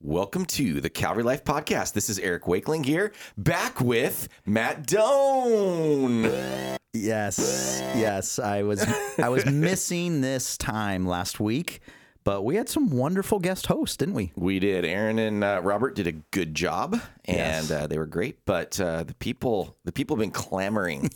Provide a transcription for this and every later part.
Welcome to the Calvary Life Podcast. This is Eric Wakeling here, back with Matt Doan. Yes, yes, I was I was missing this time last week, but we had some wonderful guest hosts, didn't we? We did. Aaron and uh, Robert did a good job, and Yes. uh, they were great. But uh, the people, the people have been clamoring.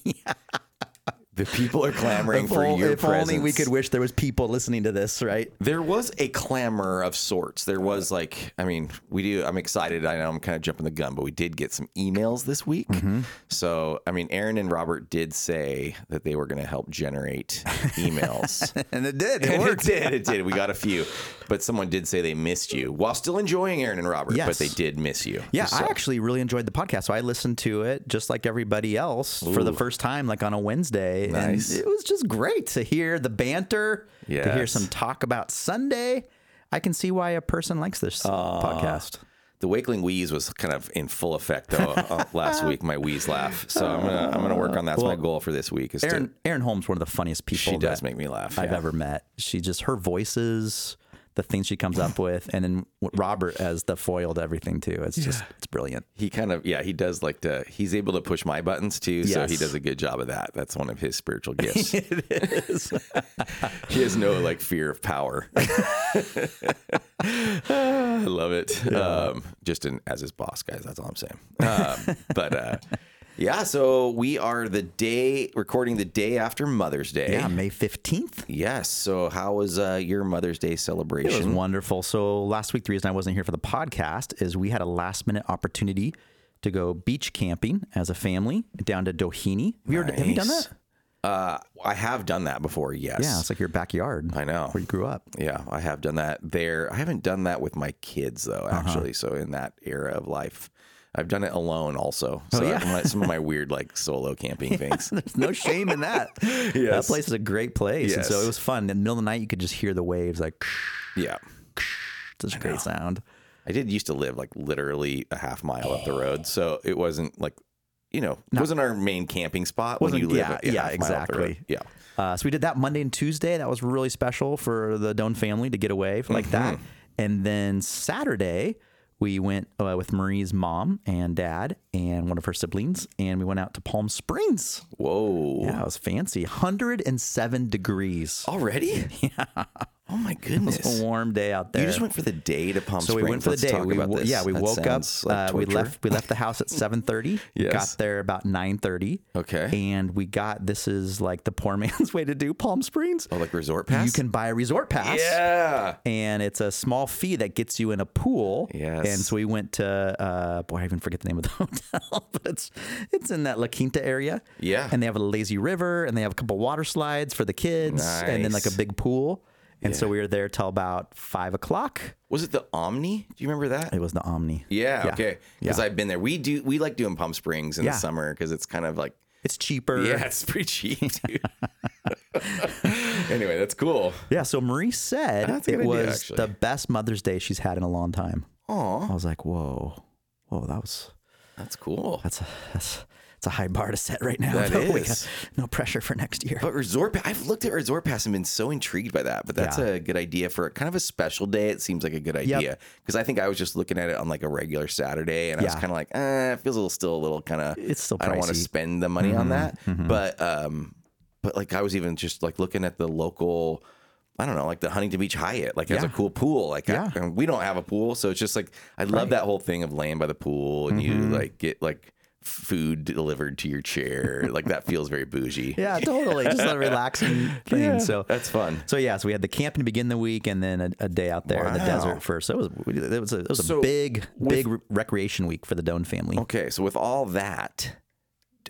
The people are clamoring if for ol- your if presence. only we could wish there was people listening to this, right? There was a clamor of sorts. There was like, I mean, we do. I'm excited. I know I'm kind of jumping the gun, but we did get some emails this week. Mm-hmm. So, I mean, Aaron and Robert did say that they were going to help generate emails. And it did. And it did. It did. We got a few, but someone did say they missed you while still enjoying Aaron and Robert. But Yes. they did miss you. Yeah, So- I actually really enjoyed the podcast. So I listened to it just like everybody else for the first time, like on a Wednesday. Nice. And it was just great to hear the banter, to hear Yes. some talk about Sunday. I can see why a person likes this podcast. The Wakeling wheeze was kind of in full effect though uh, last week. My wheeze laugh. So I'm gonna I'm gonna work on that. That's my goal for this week. Is to Aaron, Aaron Holmes, one of the funniest people she does that make me laugh. I've yeah. ever met. She just her voices, the things she comes up with, and then Robert as the foil to everything too. It's just it's brilliant. he kind of yeah he does like to he's able to push my buttons too so Yes. he does a good job of that that's one of his spiritual gifts it is he has no like fear of power i love it um, just in, as his boss guys that's all i'm saying um, but uh, yeah so we are the day recording the day after mother's day Yeah, May fifteenth. yes so how was uh, your mother's day celebration It was wonderful. So last week, the reason I wasn't here for the podcast is we had a last minute opportunity to go beach camping as a family down to Doheny. Have you, ever- have you done Nice. that? uh, i have done that before yes Yeah, it's like your backyard. I know. where you grew up. Yeah, I have done that there. I haven't done that with my kids though, Uh-huh. actually. So in that era of life, I've done it alone also. So Oh, yeah. I've done some of my weird like solo camping things. There's no shame in that. That Yes. place is a great place, and so Yes. it was fun. In the middle of the night, you could just hear the waves like Yeah. such a great sound. I did used to live like literally a half mile up the road, so it wasn't like you know, wasn't our main camping spot when you Wasn't- live yeah, a- a yeah, half mile up the road. exactly. Yeah. Uh, so we did that Monday and Tuesday. That was really special for the Doan family to get away for like Mm-hmm. that. And then Saturday, we went uh, with Marie's mom and dad and one of her siblings, and we went out to Palm Springs. Whoa. Yeah, it was fancy. 107 degrees. Already? Yeah. Oh my goodness. A warm day out there. You just went for the day to Palm so Springs. we went for Let's the day. Talk We, about wo- this. Yeah, we That woke up. sounds like uh, we torture. left. We left the house at seven thirty. Yes. Got there about nine thirty. Okay. And we got this is like the poor man's way to do Palm Springs. Oh, like resort pass. You can buy a resort pass. Yeah. and it's a small fee that gets you in a pool. Yes. And so we went to uh, boy, I even forget the name of the hotel, but it's it's in that La Quinta area. Yeah. And they have a lazy river, and they have a couple water slides for the kids, and then like a Nice. big pool. And so we were there till about five o'clock. Was it the Omni? Do you remember that? It was the Omni. Yeah, okay. Because Yeah. I've been there. We do. We like doing Palm Springs in Yeah. the summer because it's kind of like It's cheaper. yeah, it's pretty cheap. Dude. anyway, that's cool. Yeah, so Marie said That's a it good idea, was actually. the best Mother's Day she's had in a long time. Aw, I was like, whoa, whoa, that was that's cool. that's a that's, that's a high bar to set right now. That But we is. got no pressure for next year. But resort, Pa- I've looked at resort pass and been so intrigued by that. But that's Yeah. a good idea for kind of a special day. It seems like a good idea because I think I was just looking at it on like a regular Saturday, and I was Yeah. kind of like, eh, it feels a little still a little kind of. It's still I don't want to pricey. Mm-hmm. spend the money on that. But um, but like I was even just like looking at the local. I don't know, like the Huntington Beach Hyatt, like has a Yeah. cool pool. Like, I- Yeah. and we don't have a pool, so it's just like I love that whole thing of laying by the pool and Mm-hmm. you like get like food delivered to your chair. like that feels very bougie. Yeah, totally. Just a relaxing thing. so That's fun. So yeah, so we had the camping to begin the week, and then a, a day out there in the Wow. desert first. So it was we- it was a, it was a So big big re- recreation week for the Doan family. Okay, so with all that,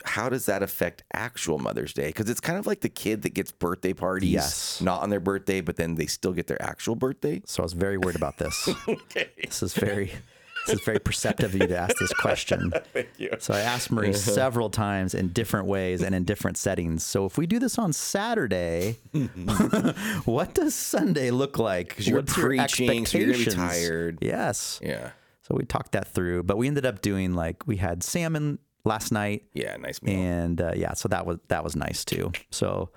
how does that affect actual Mother's Day? Because it's kind of like the kid that gets birthday parties, Yes. not on their birthday, but then they still get their actual birthday. So I was very worried about this. This is very this is very perceptive of you to ask this question. Thank you. So I asked Marie Uh-huh. several times in different ways and in different settings. So if we do this on Saturday, what does Sunday look like? 'Cause you're What's your preaching, so you're gonna be expectations? tired. Yes. Yeah, So we talked that through, but we ended up doing like we had salmon last night, yeah, nice meal. and uh, yeah, so that was that was nice too. So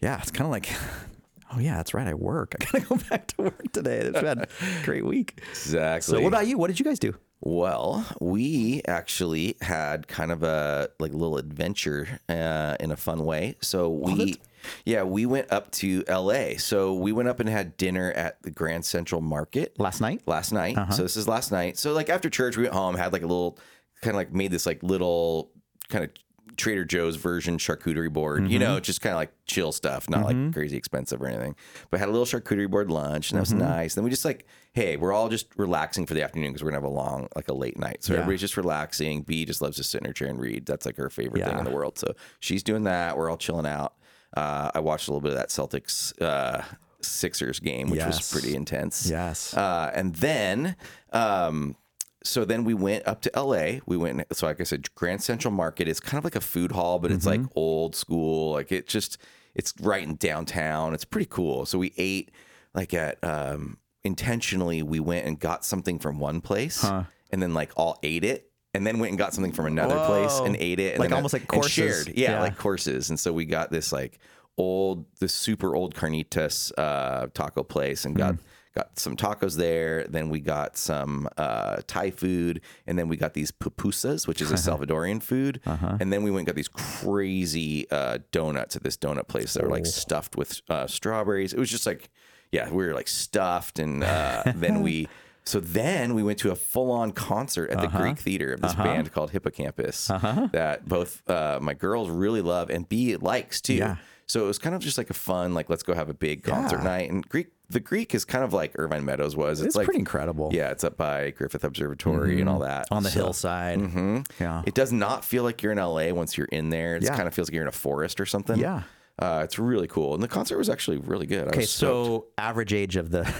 yeah, it's kind of like oh yeah, that's right. I work. I gotta go back to work today. It's been a great week. Exactly. So what about you? What did you guys do? Well, we actually had kind of a like little adventure uh, in a fun way. So we, yeah, we went up to L.A. So we went up and had dinner at the Grand Central Market Last night? last night. So this is last night. So like after church, we went home, had like a little kind of like made this like little kind of Trader Joe's version charcuterie board. You know, just kind of like chill stuff, not like crazy expensive or anything. But had a little charcuterie board lunch, and that was nice. Then we just like, hey, we're all just relaxing for the afternoon because we're gonna have a long like a late night. So everybody's just relaxing. B just loves to sit in her chair and read. That's like her favorite thing in the world. So she's doing that. We're all chilling out. Uh, I watched a little bit of that Celtics. Uh, Sixers game, which was Yes. pretty intense. Yes. Uh, and then, um, so then we went up to LA. We went, so like I said, Grand Central Market is kind of like a food hall, but it's Mm-hmm. like old school. Like it just, it's right in downtown. It's pretty cool. So we ate like at, um, intentionally, we went and got something from one place and then like all ate it. And then went and got something from another place Whoa. and ate it, and Like then- almost like and courses. shared. Yeah, Yeah. like courses. And so we got this like old, this super old carnitas uh, taco place and Mm. got got some tacos there. Then we got some uh, Thai food, and then we got these pupusas, which is a Salvadorian food. Uh-huh. And then we went and got these crazy uh, donuts at this donut place that were Oh. like stuffed with uh, strawberries. It was just like, yeah, we were like stuffed, and uh, then we. So then we went to a full-on concert at Uh-huh. the Greek Theater of this band called Hippocampus that both uh, my girls really love and B likes too. Yeah. So it was kind of just like a fun, like let's go have a big concert Yeah. night. And Greek, the Greek is kind of like Irvine Meadows was. It's, It's like pretty incredible. Mm-hmm. Yeah, it's up by Griffith Observatory and all that On the So mm-hmm. hillside. Yeah. It does not feel like you're in LA once you're in there. It Yeah. kind of feels like you're in a forest or something. Yeah. Uh, it's really cool, and the concert was actually really good. I okay, was stoked. so average age of the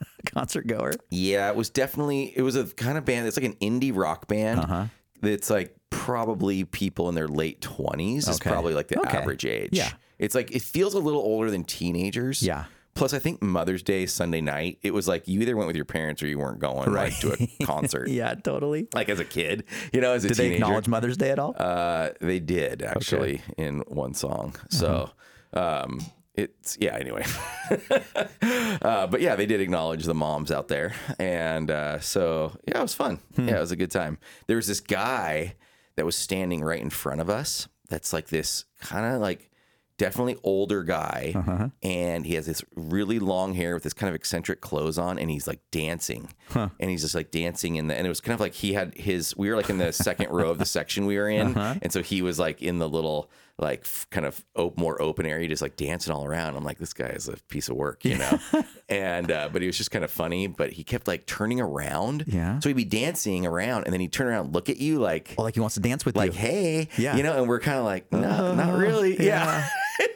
concert goer. Yeah, it was definitely it was a kind of band. It's like an indie rock band. Uh-huh. That's like probably people in their late twenties is Okay. probably like the Okay. average age. Yeah. it's like it feels a little older than teenagers. Yeah. Plus, I think Mother's Day Sunday night, it was like you either went with your parents or you weren't going right to a concert. Yeah, totally. Like as a kid, you know, as a Did they teenager. acknowledge Mother's Day at all? Uh, they did actually in one song. Uh-huh. So, um, it's yeah. Anyway, uh, but yeah, they did acknowledge the moms out there, and uh, so yeah, it was fun. Yeah, it was a good time. There was this guy that was standing right in front of us. That's like this kind of like definitely older guy, and he has this really long hair with this kind of eccentric clothes on, and he's like dancing, and he's just like dancing in the, and it was kind of like he had his. We were like in the second row of the section we were in, and so he was like in the little like f- kind of op- more open area, just like dancing all around. I'm like, this guy is a piece of work, you know. and uh, but he was just kind of funny, but he kept like turning around, Yeah. So he'd be dancing around, and then he'd turn around, and look at you, like well, like he wants to dance with like, you. hey, Yeah. Uh-huh. you know, and we're kind of like, no, not really, yeah.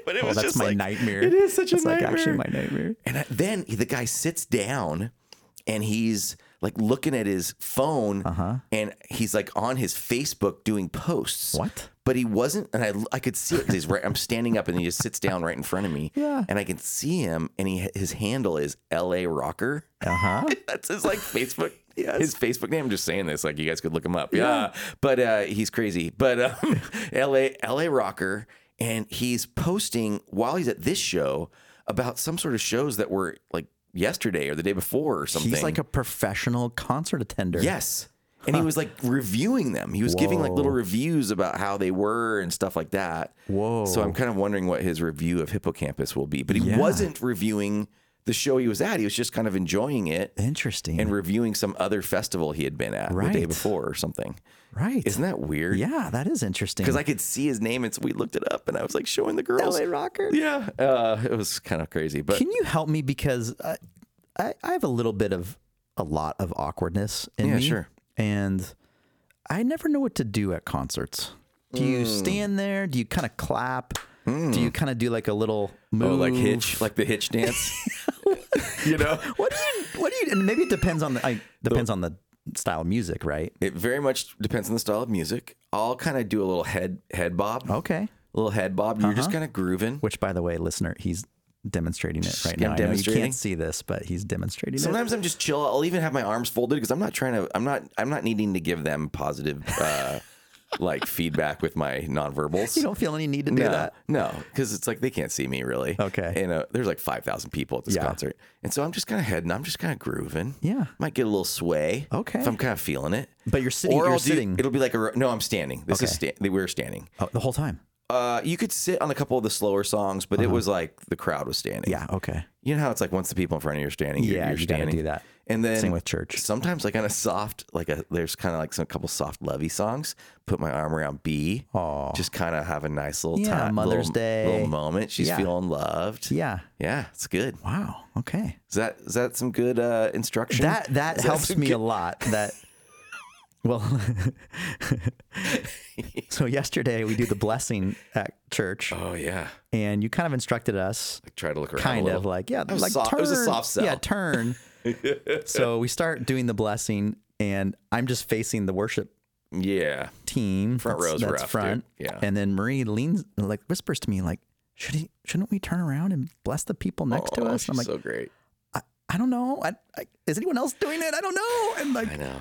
but it was Oh, That's just my like, nightmare. It is such a It's, nightmare. like actually my nightmare. and I, then the guy sits down, and he's like looking at his phone, Uh-huh. and he's like on his Facebook doing posts. What? But he wasn't, and I, I could see it 'cause he's right. I'm standing up, and he just sits down right in front of me. Yeah. And I can see him, and he his handle is L.A. Rocker. Uh-huh. That's his like Facebook. His Facebook name. I'm just saying this. Like you guys could look him up. Yeah. But uh, he's crazy. But um, LA LA rocker, and he's posting while he's at this show about some sort of shows that were like yesterday or the day before or something. He's like a professional concert attender. yes. And he was like reviewing them. He was giving like little Whoa. reviews about how they were and stuff like that. Whoa. So I'm kind of wondering what his review of Hippocampus will be. But he Yeah. wasn't reviewing the show he was at. He was just kind of enjoying it Interesting. and reviewing some other festival he had been at the day Right. before or something. right. Isn't that weird? yeah, that is interesting. Because I could see his name, and so we looked it up, and I was like showing the girls. rocker. Yeah, uh, it was kind of crazy, but Can you help me because I, I, I have a little bit of a lot of awkwardness in Yeah, me, sure. and I never know what to do at concerts. Do you Mm. stand there? Do you kind of clap? Do you kind of do like a little move? oh, like hitch, like the hitch dance. you know, What do you? What do you? And maybe it depends on the I, depends on the style of music, right? it very much depends on the style of music. I'll kind of do a little head head bob, Okay. a little head bob. You're Uh-huh. just kind of grooving. Which, by the way, listener, he's demonstrating it right I'm now. I know you demonstrating. can't see this, but he's demonstrating it. Sometimes I'm just chill. I'll even have my arms folded because I'm not trying to. I'm not. I'm not needing to give them positive. Uh, like feedback with my nonverbals. You don't feel any need to do no, that. No, because it's like they can't see me really. Okay. And uh, there's like 5,000 people at this Yeah. concert. And so I'm just kind of heading, I'm just kind of grooving. Yeah. Might get a little sway. Okay. If I'm kind of feeling it. But you're sitting- Or you're I'll do- sitting. it'll be like a, ro- no, I'm standing. This is, sta- we're standing. Oh, the whole time. Uh, you could sit on a couple of the slower songs, but it was like the crowd was standing. Uh-huh. Yeah. Okay. You know how it's like once the people in front of you are standing, you're, Yeah, you're you gotta standing. do that. And then Same with church. Sometimes like on a soft, like a there's kind of like some couple soft lovey songs. Put my arm around B. Aw. Just kind of have a nice little Oh. Yeah, time, Mother's little, Day. little moment. She's Yeah. feeling loved. Yeah. yeah, it's good. Wow. Okay. Is that is that some good uh, instruction? That that Is helps some me good- a lot. That well, so yesterday we do the blessing at church, Oh yeah, and you kind of instructed us, like try to look around. kind a of little. like yeah, That was like soft- turn, it was a soft sell. yeah, turn. so we start doing the blessing, and I'm just facing the worship yeah. team Front that's, row's that's rough, dude. front. Yeah. And then Marie leans like whispers to me like, should he? Shouldn't we turn around and bless the people next to Oh, us? she's And I'm like, so great. I don't know. I, I, is anyone else doing it? I don't know. And like, I know.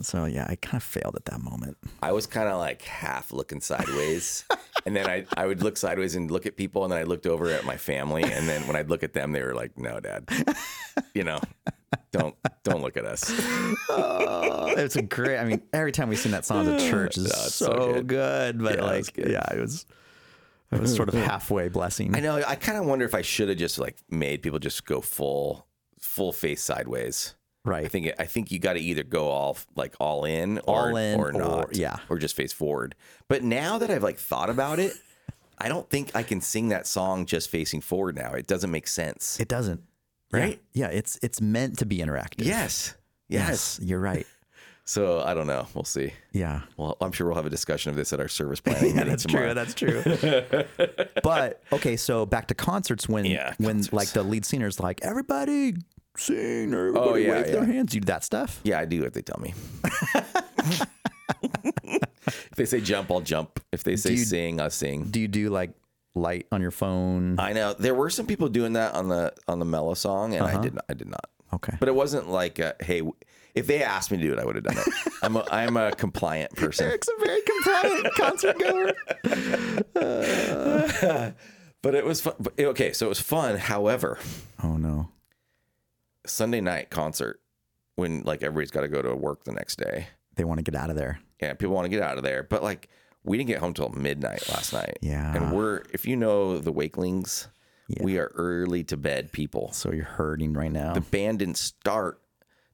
so yeah, I kind of failed at that moment. I was kind of like half looking sideways. and then I, I would look sideways and look at people. And then I looked over at my family. And then when I'd look at them, they were like, no, dad, you know, don't, don't look at us. Oh, it's a great. I mean, every time we sing that song at the church is it's so, so good. good. But Yeah, it's like, yeah, it was. It was sort of halfway blessing. I know. I kind of wonder if I should have just like made people just go full, full face sideways. I right. think, I think you got to either go all like all in or, All in or not. or- yeah. Or just face forward. But now that I've like thought about it, I don't think I can sing that song just facing forward now. It doesn't make sense. It doesn't. Right? Yeah. yeah. It's it's meant to be interactive. Yes. Yes. You're right. So I don't know. We'll see. Yeah. Well, I'm sure we'll have a discussion of this at our service planning meeting tomorrow. That's true. but okay, so back to concerts when Yeah, when concerts. Oh, like the lead singer's like everybody sing or everybody yeah, wave their yeah. hands. You do that stuff. yeah, I do what they tell me. if they say jump, I'll jump. If they say you- sing, I'll sing. Do you do like light on your phone? I know there were some people doing that on the on the mellow song, and Uh-huh. I did not. I did not. Okay. But it wasn't like, uh, hey, w- if they asked me to do it, I would have done it. I'm a, I'm a compliant person. Eric's a very compliant concert goer. But it was fun. but- eh, Okay, so it was fun. However, Oh no. Sunday night concert when like everybody's got to go to work the next day. They want to get out of there. yeah, people want to get out of there. But like, we didn't get home till midnight last night. Yeah. And we're, if you know the Wakelings, Yeah. we are early to bed people. So you're hurting right now. The band didn't start.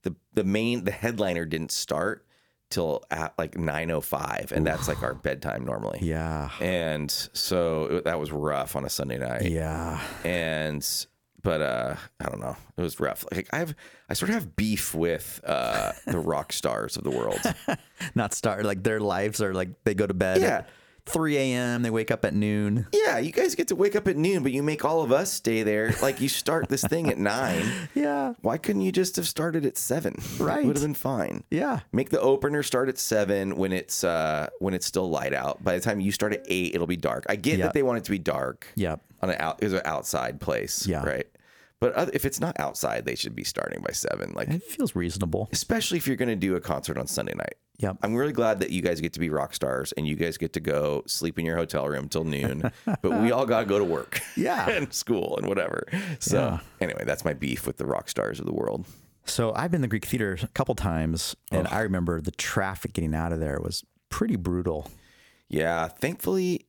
The, the main, the headliner didn't start till at like 9.05. And that's like our bedtime normally. yeah. And so it- that was rough on a Sunday night Yeah. and but uh i don't know it was rough like i have i sort of have beef with uh the rock stars of the world Not start like their lives are like they go to bed Yeah. at 3 a.m. They wake up at noon. yeah you guys get to wake up at noon but you make all of us stay there like you start this thing at nine Yeah. why couldn't you just have started at seven Right. it would have been fine Yeah. make the opener start at seven when it's uh when it's still light out by the time you start at eight it'll be dark i get Yeah. that they want it to be dark Yep. on an out is an outside place Yeah. right but oth- if it's not outside they should be starting by seven like It feels reasonable. especially if you're going to do a concert on Sunday night. Yep. I'm really glad that you guys get to be rock stars and you guys get to go sleep in your hotel room till noon, but we all got to go to work. Yeah. and school and whatever. So, anyway, that's my beef with the rock stars of the world. So I've been to the Greek theater a couple times, and Oh. I remember the traffic getting out of there was pretty brutal. Yeah, thankfully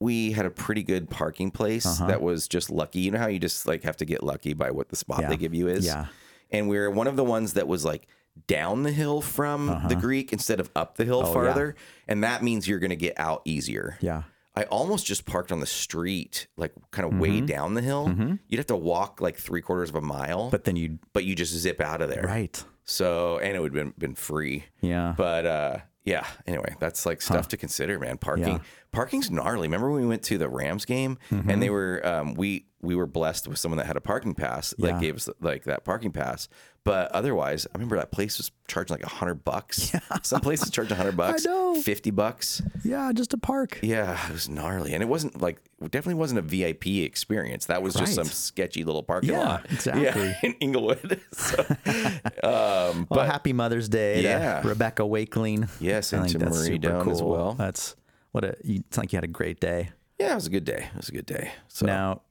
we had a pretty good parking place Uh-huh. that was just lucky. You know how you just like have to get lucky by what the spot Yeah. they give you is? Yeah. And we were one of the ones that was like down the hill from the Greek instead of up the hill Uh-huh. Oh, yeah. farther. And that means you're going to get out easier. Yeah. I almost just parked on the street, like kind of Mm-hmm. way down the hill. You'd have to walk like three quarters of a mile, but, But then you you just zip out of there. right. So, and it would have been, been free. Yeah. But uh, yeah, anyway, that's like stuff to consider, man. Parking, Yeah. Mm-hmm. parking's gnarly. Remember when we went to the Rams game and they were um, we we were blessed with someone that had a parking pass that Yeah. gave us like that parking pass, But otherwise, I remember that place was charging like a hundred bucks. Some places charge a hundred bucks, know. fifty bucks. Yeah, just a park. Yeah, it was gnarly, and it wasn't like it definitely wasn't a VIP experience. That was just Right. some sketchy little parking Yeah, lot, exactly. in Inglewood. So, um, Well, but happy Mother's Day to Yeah. Rebecca Wakeling. Yes, I and think to that's Marie super Doan as cool. well. That's what a. You, it's like you had a great day. yeah, it was a good day. It was a good day. So, Now,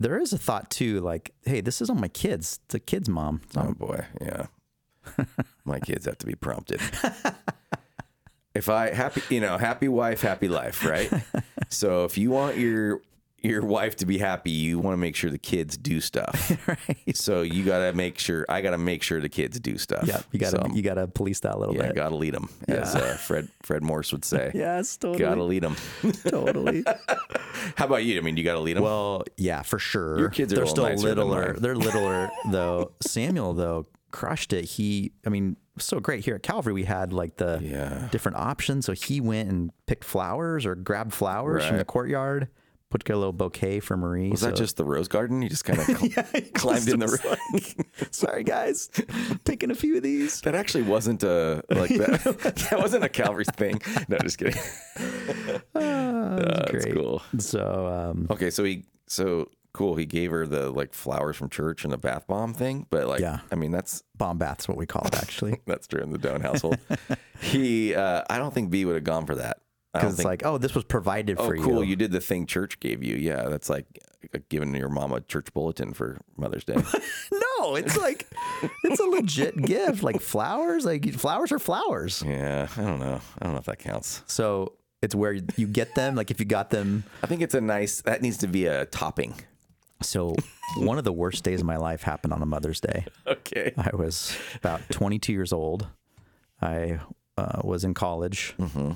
there is a thought too, like, hey, this is on my kids. It's a kid's mom. It's not- oh boy, yeah, my kids have to be prompted. if I happy, you know, happy wife, happy life, right? so if you want your your wife to be happy, you want to make sure the kids do stuff. right. So you gotta make sure. I gotta make sure the kids do stuff. Yeah, you gotta So- you gotta police that a little Yeah, bit. gotta lead them, as uh, Fred Fred Morse would say. Yes, gotta totally. lead them. totally. How about you? I mean, you gotta lead them. well, yeah, for sure. Your kids are a they're little still nicer than littler. mine. They're littler though. Samuel though crushed it. He, I mean, so great here at Calvary. We had like the Yeah. different options. So he went and picked flowers or grabbed flowers from the Right. courtyard. Put a little bouquet for Marie. was that just the rose garden? You just kind of climbed in the rose. Sorry guys, taking a few of these. that actually wasn't a like that. that wasn't a Calvary's thing. No, just kidding. Uh, That's That's Oh, great. cool. So um, Okay, so he so cool. He gave her the like flowers from church and the bath bomb thing, but like, Yeah. I mean, that's bomb bath's what we call it actually. that's true in the Doan household. he, uh, I don't think B would have gone for that. I don't Because it's like, oh, this was provided Oh, for you. cool! You did the thing church gave you. Yeah, that's like uh, giving your mom a church bulletin for Mother's Day. No, it's like it's a legit gift. Like flowers, like flowers are flowers. yeah, I don't know. I don't know if that counts. So it's where you get them. Like if you got them. I think it's a nice. That needs to be a topping. So one of the worst days of my life happened on a Mother's Day. Okay. I was about 22 years old. I uh, was in college. Mm-hmm.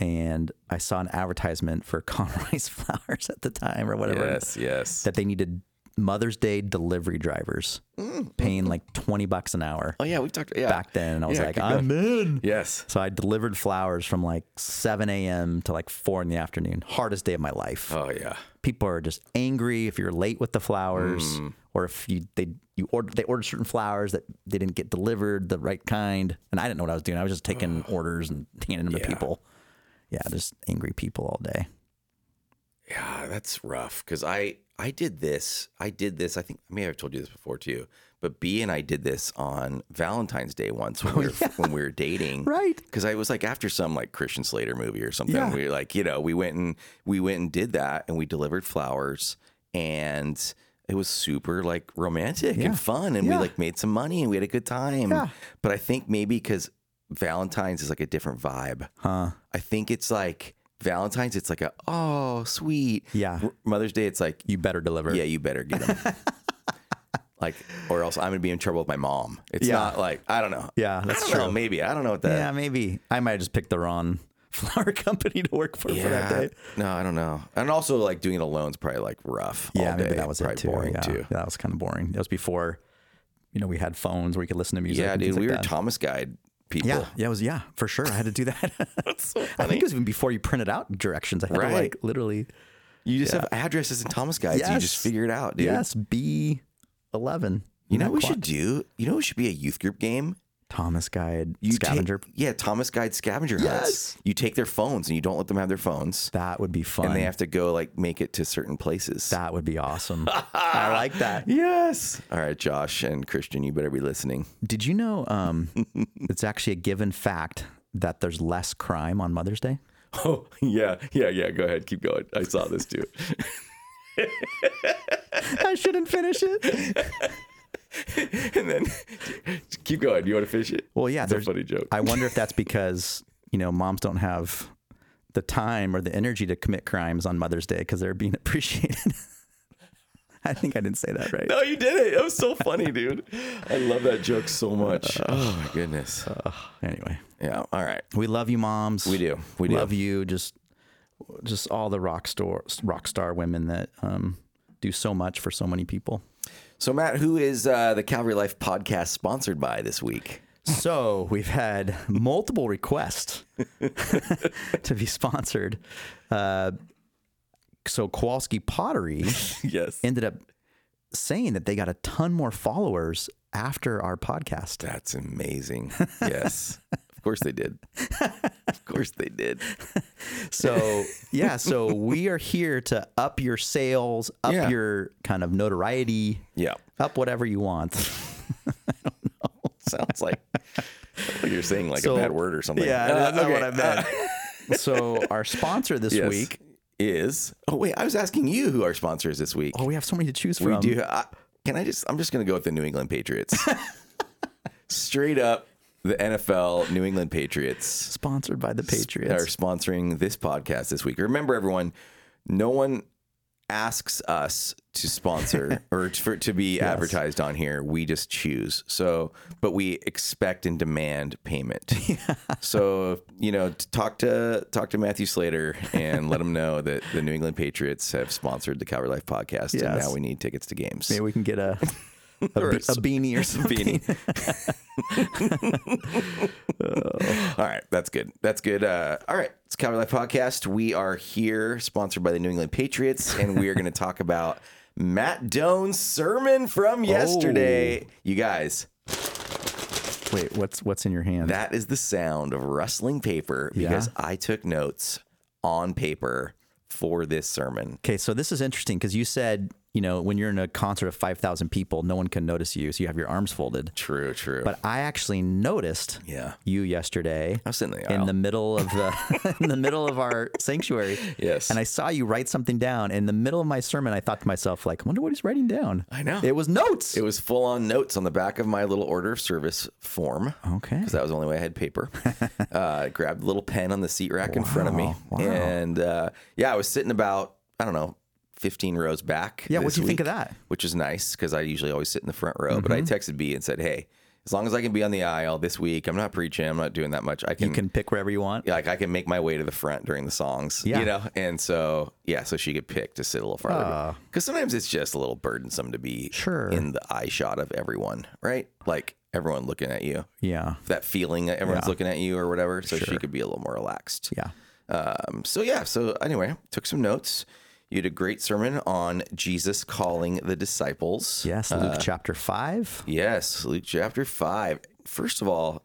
And I saw an advertisement for Conroy's flowers at the time, or whatever. Yes. Yes. that they needed Mother's Day delivery drivers Mm-hmm. paying like 20 bucks an hour oh yeah, we've talked. Yeah. back then. And I was Yeah, like, keep I'm in. Yes. So I delivered flowers from like 7 a.m. to like 4 in the afternoon. Hardest day of my life. Oh yeah. People are just angry if you're late with the flowers Hmm. or if you they you ordered they ordered certain flowers that they didn't get delivered the right kind. And I didn't know what I was doing. I was just taking orders and handing them to Yeah. people. Yeah, just angry people all day. Yeah, that's rough. Cause I I did this. I did this. I think I may have told you this before too. But B and I did this on Valentine's Day once when we were when we were dating. Oh, Right. because I was like after some like Christian Slater movie or something. Yeah. We were like, you know, we went and we went and did that, and we delivered flowers, and it was super like romantic Yeah. and fun, and Yeah. we like made some money and we had a good time. Yeah. But I think maybe because Valentine's is like a different vibe. Huh. I think it's like Valentine's, it's like a oh sweet. Yeah. R- Mother's Day, it's like You better deliver. yeah, you better get them. Like, or else I'm gonna be in trouble with my mom. It's Yeah. not like I don't know. Yeah, I that's don't know, true. Maybe I don't know what that. Yeah, maybe I might have just picked the wrong flower company to work for for that day. No, I don't know. And also, like doing it alone's probably like rough. all Yeah, maybe day. that was probably it too. boring yeah. too. Yeah, that was kind of boring. That was before, you know, we had phones where you could listen to music. Yeah, and dude, things like we were that. Thomas Guide people. Yeah, yeah, it was yeah for sure. I had to do that. I think it was even before you printed out directions. I had to Right. like literally. You just have addresses in Thomas Guides. You just Yes. figure it out, dude. Yes, B eleven. You know what we should do? You know, it should be a youth group game. Thomas Guide You take- scavenger. yeah, Thomas Guide scavenger hunts. You take their phones and you don't let them have their phones, that would be fun. and they have to go like make it to certain places. that would be awesome. I like that. Yes. All right, Josh and Christian, you better be listening. Did you know um, it's actually a given fact that there's less crime on Mother's Day? Oh, yeah, yeah, yeah. Go ahead, keep going. I saw this too. I shouldn't finish it. and then keep going. You want to fish it? Well, yeah, It's a there's- funny joke. I wonder if that's because you know moms don't have the time or the energy to commit crimes on Mother's Day because they're being appreciated. I think I didn't say that right. No, you did it. That was so funny, dude. I love that joke so much. Oh my goodness. Anyway, Yeah. All right. we love you, moms. We do. We do. love you. Just, just all the rock star rock star women that um, do so much for so many people. So, Matt, who is uh, the Calvary Life podcast sponsored by this week? So we've had multiple requests to be sponsored. Uh, so Kowalski Pottery Yes. ended up saying that they got a ton more followers after our podcast. That's amazing. Yes. of course they did. Of course they did. So, yeah, so we are here to up your sales, up Yeah. your kind of notoriety, Yeah. up whatever you want. Sounds like, sounds like you're saying like So- a bad word or something. Yeah, Uh, that's not what okay. Uh, I meant. so, our sponsor this Yes. week, is oh wait, I was asking you who our sponsor is this week. oh, we have so many to choose we from. do. I, can I just? I'm just going to go with the New England Patriots. Straight up, the NFL New England Patriots Sponsored by the Patriots. are sponsoring this podcast this week. Remember, everyone, no one asks us to sponsor or for, to be advertised on here. We just choose. So, but we expect and demand payment. So, you know, t- talk to talk to Matthew Slater and let him know that the New England Patriots have sponsored the Calvary Life podcast, and Yes. now we need tickets to games. Maybe we can get a a, be- Or a a beanie or something. all right, that's good. That's good. Uh, all right, it's Calvary Life Podcast. We are here, sponsored by the New England Patriots, and we are going to talk about Matt Doan's sermon Oh. from yesterday. You guys, Wait, what's what's in your hand? that is the sound of rustling paper because I took notes on paper for this sermon. Okay, so this is interesting because you said, you know, when you're in a concert of 5,000 people, no one can notice you. So you have your arms folded. True, true. But I actually noticed yeah, you yesterday I was in the in aisle. the middle of the in the middle of our sanctuary. Yes. And I saw you write something down in the middle of my sermon. I thought to myself, like, I wonder what he's writing down. I know. It was notes. It was full on notes on the back of my little order of service form. Okay. Because that was the only way I had paper. uh, grabbed a little pen on the seat rack in front of me. Wow, wow. And uh, yeah, I was sitting about, I don't know, 15 rows back. yeah, what this do you think of week, that? Mm-hmm. Which is nice because I usually always sit in the front row. But I texted B and said, hey, as long as I can be on the aisle this week, I'm not preaching, I'm not doing that much. I can. You can pick wherever you want. like I can make my way to the front during the songs, Yeah. you know, and so yeah, so she could pick to sit a little farther because sometimes it's just a little burdensome to be Ah. Sure. in the eye shot of everyone, right? Like everyone looking at you, Yeah. that feeling that everyone's looking at you or whatever. So she could be a little more relaxed. Yeah. Um, so yeah. So anyway, took some notes. You had a great sermon on Jesus calling the disciples. Yes, Luke chapter 5. Yes, Luke chapter five. First of all,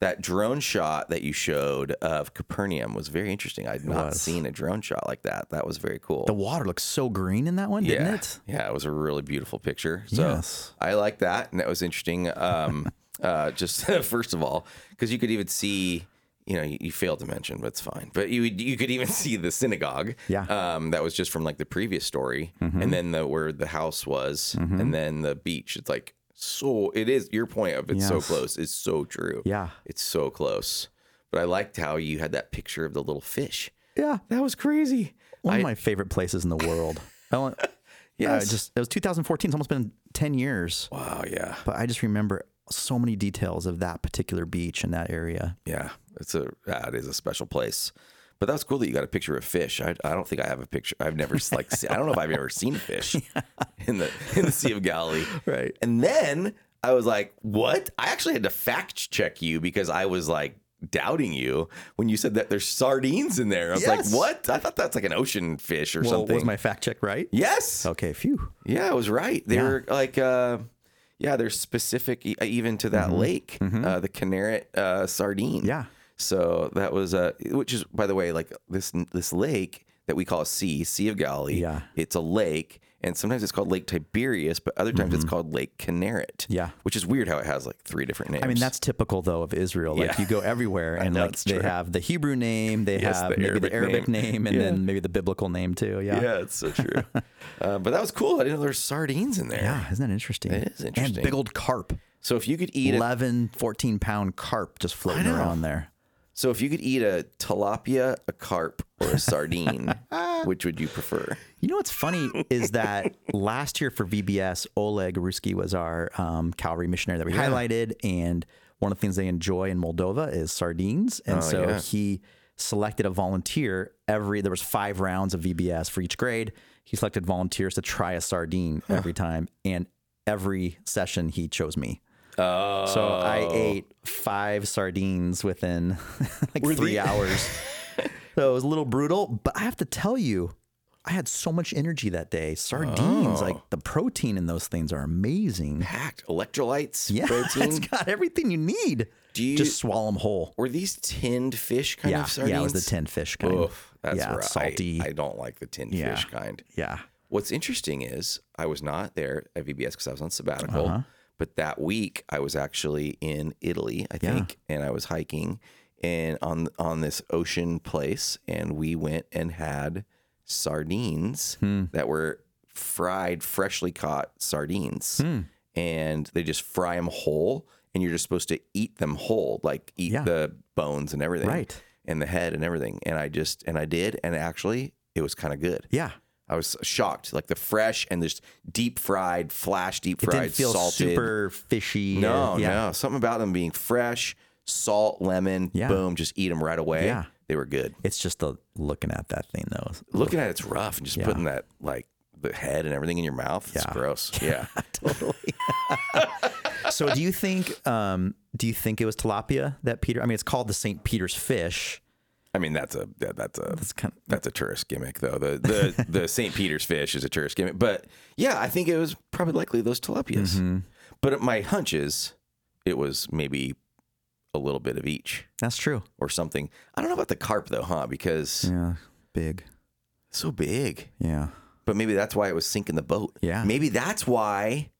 that drone shot that you showed of Capernaum was very interesting. I'd not seen a drone shot like that. That was very cool. The water looks so green in that one, yeah. didn't it? Yeah, it was a really beautiful picture. So Yes. I like that. And that was interesting. Um, uh, just first of all, because you could even see, you know, you, you failed to mention, but it's fine. But you you could even see the synagogue. Yeah. Mm-hmm. Um, that was just from like the previous story. And then the where the house was, and then the beach. It's like so it is your point of it's so Yes. close is so true. Yeah. It's so close. But I liked how you had that picture of the little fish. Yeah. That was crazy. One of my favorite places in the world. I want, yeah, Yes. just it was 2014. It's almost been 10 years, Wow, yeah. but I just remember so many details of that particular beach in that area. Yeah, it's a yeah, it is a special place. But that was cool that you got a picture of fish. I, I don't think I have a picture. I've never like se- I don't know if I've ever seen fish in the in the Sea of Galilee. Right. And then I was like, "What?" I actually had to fact check you because I was like doubting you when you said that there's sardines in there. I was Yes. like, "What?" I thought that's like an ocean fish or Well, something. was my fact check right? yes. Okay, phew. Yeah, I was right. They were like, uh, yeah, they're specific e- even to that lake, Uh, the Canaret uh, sardine. Mm-hmm. Yeah. So that was, uh, which is, by the way, like this this lake that we call a sea, Sea of Galilee. Yeah. It's a lake, and sometimes it's called Lake Tiberias, but other times it's called Lake Canaret. Mm-hmm. Yeah. Which is weird how it has like three different names. I mean, that's typical though of Israel. Like Yeah. you go everywhere and like it's they true. have the Hebrew name, they Yes, have the maybe Arabic the Arabic name. name, and Yeah. then maybe the biblical name too. Yeah. yeah, it's so true. uh, but that was cool. I didn't know there's sardines in there. Yeah, isn't that interesting? It is interesting. And big old carp. So if you could eat a 11, 14 pound carp just floating around there. So if you could eat a tilapia, a carp, or a sardine, which would you prefer? You know what's funny is that last year for VBS, Oleg Ruski was our um, Calvary missionary that we highlighted, and one of the things they enjoy in Moldova is sardines, and so Oh, yeah. he selected a volunteer every. There was five rounds of VBS for each grade. He selected volunteers to try a sardine every time, and every session he chose me. Oh, So I ate five sardines within like three the- hours. so it was a little brutal, but I have to tell you, I had so much energy that day. Sardines, like Oh. the protein in those things are amazing. Packed electrolytes, Yeah, it's protein. got everything you need. Do you- Just swallow them whole. Were these tinned fish kind Yeah, of sardines? yeah, it was the tinned fish kind. Oof, that's yeah, where I- salty. I, don't like the tinned Yeah. fish kind. yeah, What's interesting is I was not there at VBS because I was on sabbatical, Uh-huh. but that week I was actually in Italy, I think, and I was hiking and on on this ocean place, and we went and had sardines Hmm. that were fried, freshly caught sardines, Hmm. and they just fry them whole, and you're just supposed to eat them whole, like eat Yeah. the bones and everything, Right. and the head and everything, and I just and I did, and actually it was kind of good. yeah. I was shocked, like the fresh and just deep fried, flash deep It fried, didn't feel salted. super fishy. no, or- yeah. no, something about them being fresh, salt, lemon, Yeah. boom, just eat them right away. Yeah. they were good. It's just the looking at that thing though. Looking at it's rough, and just putting that like the head and everything in your mouth, it's Yeah. gross. Yeah, So do you think um do you think it was tilapia that Peter I mean it's called the St. Peter's fish. I mean that's a that, that's a It's kind of that's a tourist gimmick though. The the the St. Peter's fish is a tourist gimmick, but yeah, I think it was probably likely those tilapias. Mm-hmm. But my hunch is it was maybe a little bit of each. That's true. or something. I don't know about the carp though, huh? Because Yeah. Big. it's so big. Yeah. But maybe that's why it was sinking the boat. Yeah. Maybe that's why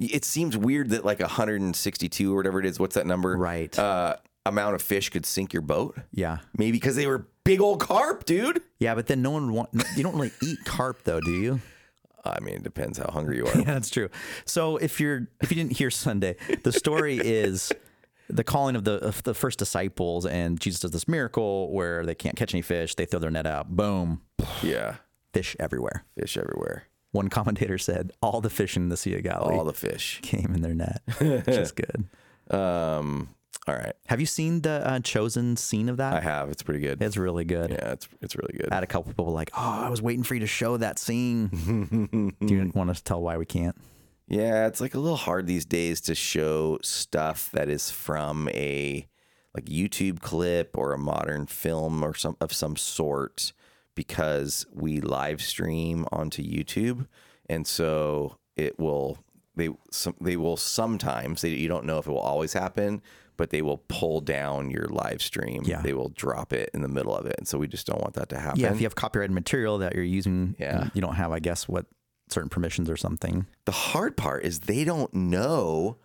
it seems weird that like 162 or whatever it is, what's that number? Right. Uh, amount of fish could sink your boat. Yeah. Maybe because they were big old carp, dude. Yeah, but then no one want you don't really eat carp though, do you? I mean, it depends how hungry you are. Yeah, that's true. So if you're if you didn't hear Sunday, the story is the calling of the of the first disciples and Jesus does this miracle where they can't catch any fish, they throw their net out, boom, yeah. fish everywhere. Fish everywhere. One commentator said all the fish in the Sea of Galilee All the fish. came in their net, which is good. Um, all right. Have you seen the uh, chosen scene of that? I have. It's pretty good. it's really good. Yeah, it's it's really good. I had a couple people like, "Oh, I was waiting for you to show that scene." Do you want to tell why we can't? Yeah, it's like a little hard these days to show stuff that is from a like YouTube clip or a modern film or some of some sort because we live stream onto YouTube and so it will they some they will sometimes they, you don't know if it will always happen but they will pull down your live stream Yeah. they will drop it in the middle of it and so we just don't want that to happen Yeah, if you have copyrighted material that you're using, Yeah. you don't have, I guess, what certain permissions or something. the hard part is they don't know.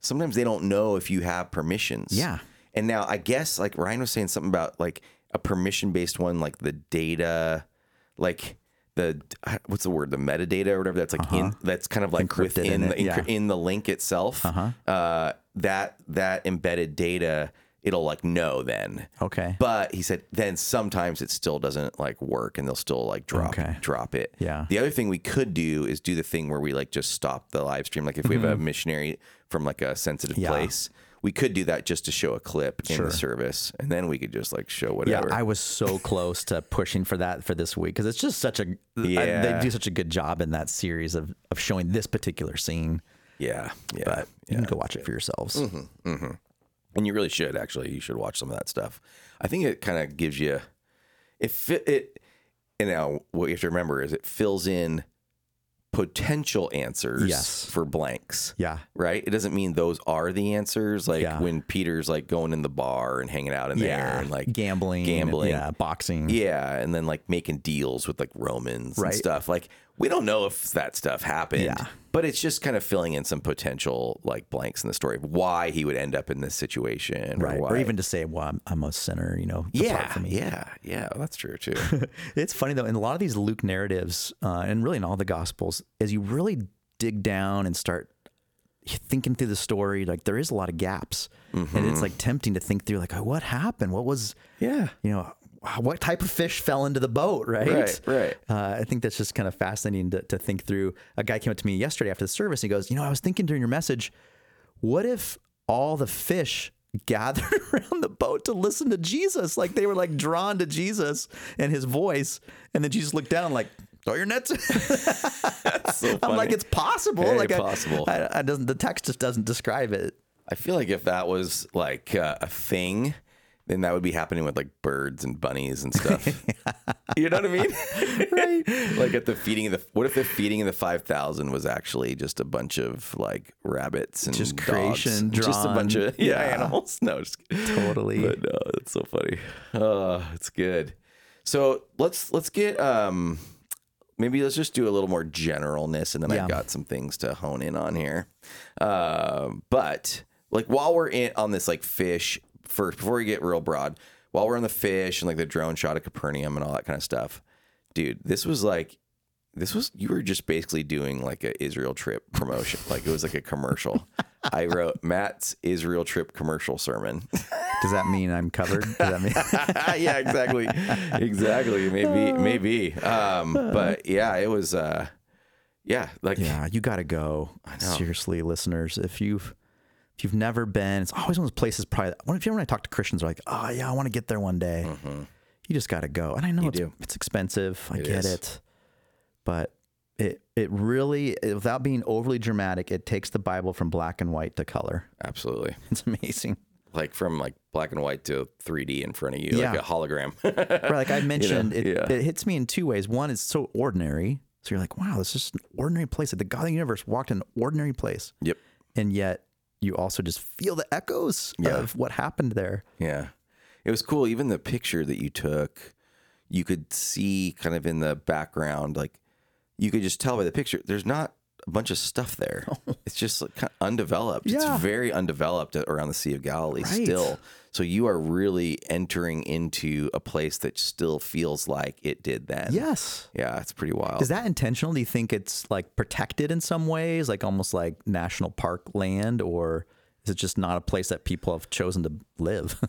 Sometimes they don't know if you have permissions. Yeah. And now I guess like Ryan was saying something about like a permission based one, like the data, like the uh, what's the word, the metadata or whatever. That's like in that's kind of like Uh-huh. Encrypted within in the it, yeah. encryp- in the link itself. Uh-huh. that that embedded data, it'll like know then. Okay. But he said then sometimes it still doesn't like work and they'll still like drop Okay. drop it. Yeah. The other thing we could do is do the thing where we like just stop the live stream. Like if we have a Mm-hmm. missionary from like a sensitive place, we could do that just to show a clip in the service and then we could just like show yeah, whatever. I was so close to pushing for that for this week because it's just such a I- Yeah. they do such a good job in that series of of showing this particular scene. yeah. Yeah. Mm-hmm. But you can go watch it for yourselves. and you really should actually you should watch some of that stuff i think it kind of gives you it fi- it you know what you have to remember is it fills in potential answers Yes. for blanks Yeah. right it doesn't mean those are the answers like Yeah. when peter's like going in the bar and hanging out in there and like gambling, gambling. yeah, boxing. yeah and then like making deals with like romans Right. and stuff like we don't know if that stuff happened Yeah. but it's just kind of filling in some potential like blanks in the story of why he would end up in this situation right? or, why Or even to say, "Well, I'm, I'm a sinner," you know. depart yeah, from me. yeah, yeah. That's true too. It's funny though, in a lot of these Luke narratives, uh, and really in all the Gospels, as you really dig down and start thinking through the story, like there is a lot of gaps, and it's like tempting to think through, like, oh, what happened? What was, yeah, you know, what type of fish fell into the boat, right? Right, right. Uh, I think that's just kind of fascinating to, to think through. A guy came up to me yesterday after the service. He goes, you know, I was thinking during your message, what if all the fish gathered around the boat to listen to Jesus? Like they were like drawn to Jesus and his voice. And then Jesus looked down like, throw your nets. so I'm funny. like, it's possible. Very like I- possible. I, I doesn't, the text just doesn't describe it. I feel like if that was like uh, a thing, And that would be happening with like birds and bunnies and stuff. You know what I mean? right. Like at the feeding of the what if the feeding of the five thousand was actually just a bunch of like rabbits and Just dogs? creation just a bunch drawn. of yeah, Yeah. animals. No, just Totally. But no, it's so funny. Uh, it's good. So let's let's get um maybe let's just do a little more generalness and then Yeah. I've got some things to hone in on here. Um, but like while we're in on this like fish first before we get real broad, while we're on the fish and like the drone shot of Capernaum and all that kind of stuff, dude, this was like this was you were just basically doing like a Israel trip promotion. like it was like a commercial. I wrote Matt's Israel trip commercial sermon. Does that mean I'm covered? Does that mean yeah, exactly, Uh. exactly. Maybe, maybe. Um, but yeah, it was. Uh, yeah, like Yeah, you gotta go. Seriously, listeners, if you've if you've never been, it's always one of those places. Probably when if you when I talk to Christians, they're like, "Oh yeah, I want to get there one day." You just gotta go, and I know it's, do. it's expensive. I get is. it, but it it really, without being overly dramatic, it takes the Bible from black and white to color. absolutely. It's amazing. Like from like black and white to 3D in front of you, Yeah. like a hologram. right, like I mentioned, it, yeah. it hits me in two ways. One, it's so ordinary, so you're like, "Wow, this is just an ordinary place." Like the God of the universe walked in an ordinary place. yep. and yet you also just feel the echoes of what happened there. Yeah. It was cool. Even the picture that you took, you could see kind of in the background, like you could just tell by the picture, there's not a bunch of stuff there. it's just like kind of undeveloped. Yeah. It's very undeveloped around the Sea of Galilee Right. still. So you are really entering into a place that still feels like it did then. Yes. Yeah, it's pretty wild. Is that intentional? Do you think it's like protected in some ways, like almost like national park land, or is it just not a place that people have chosen to live?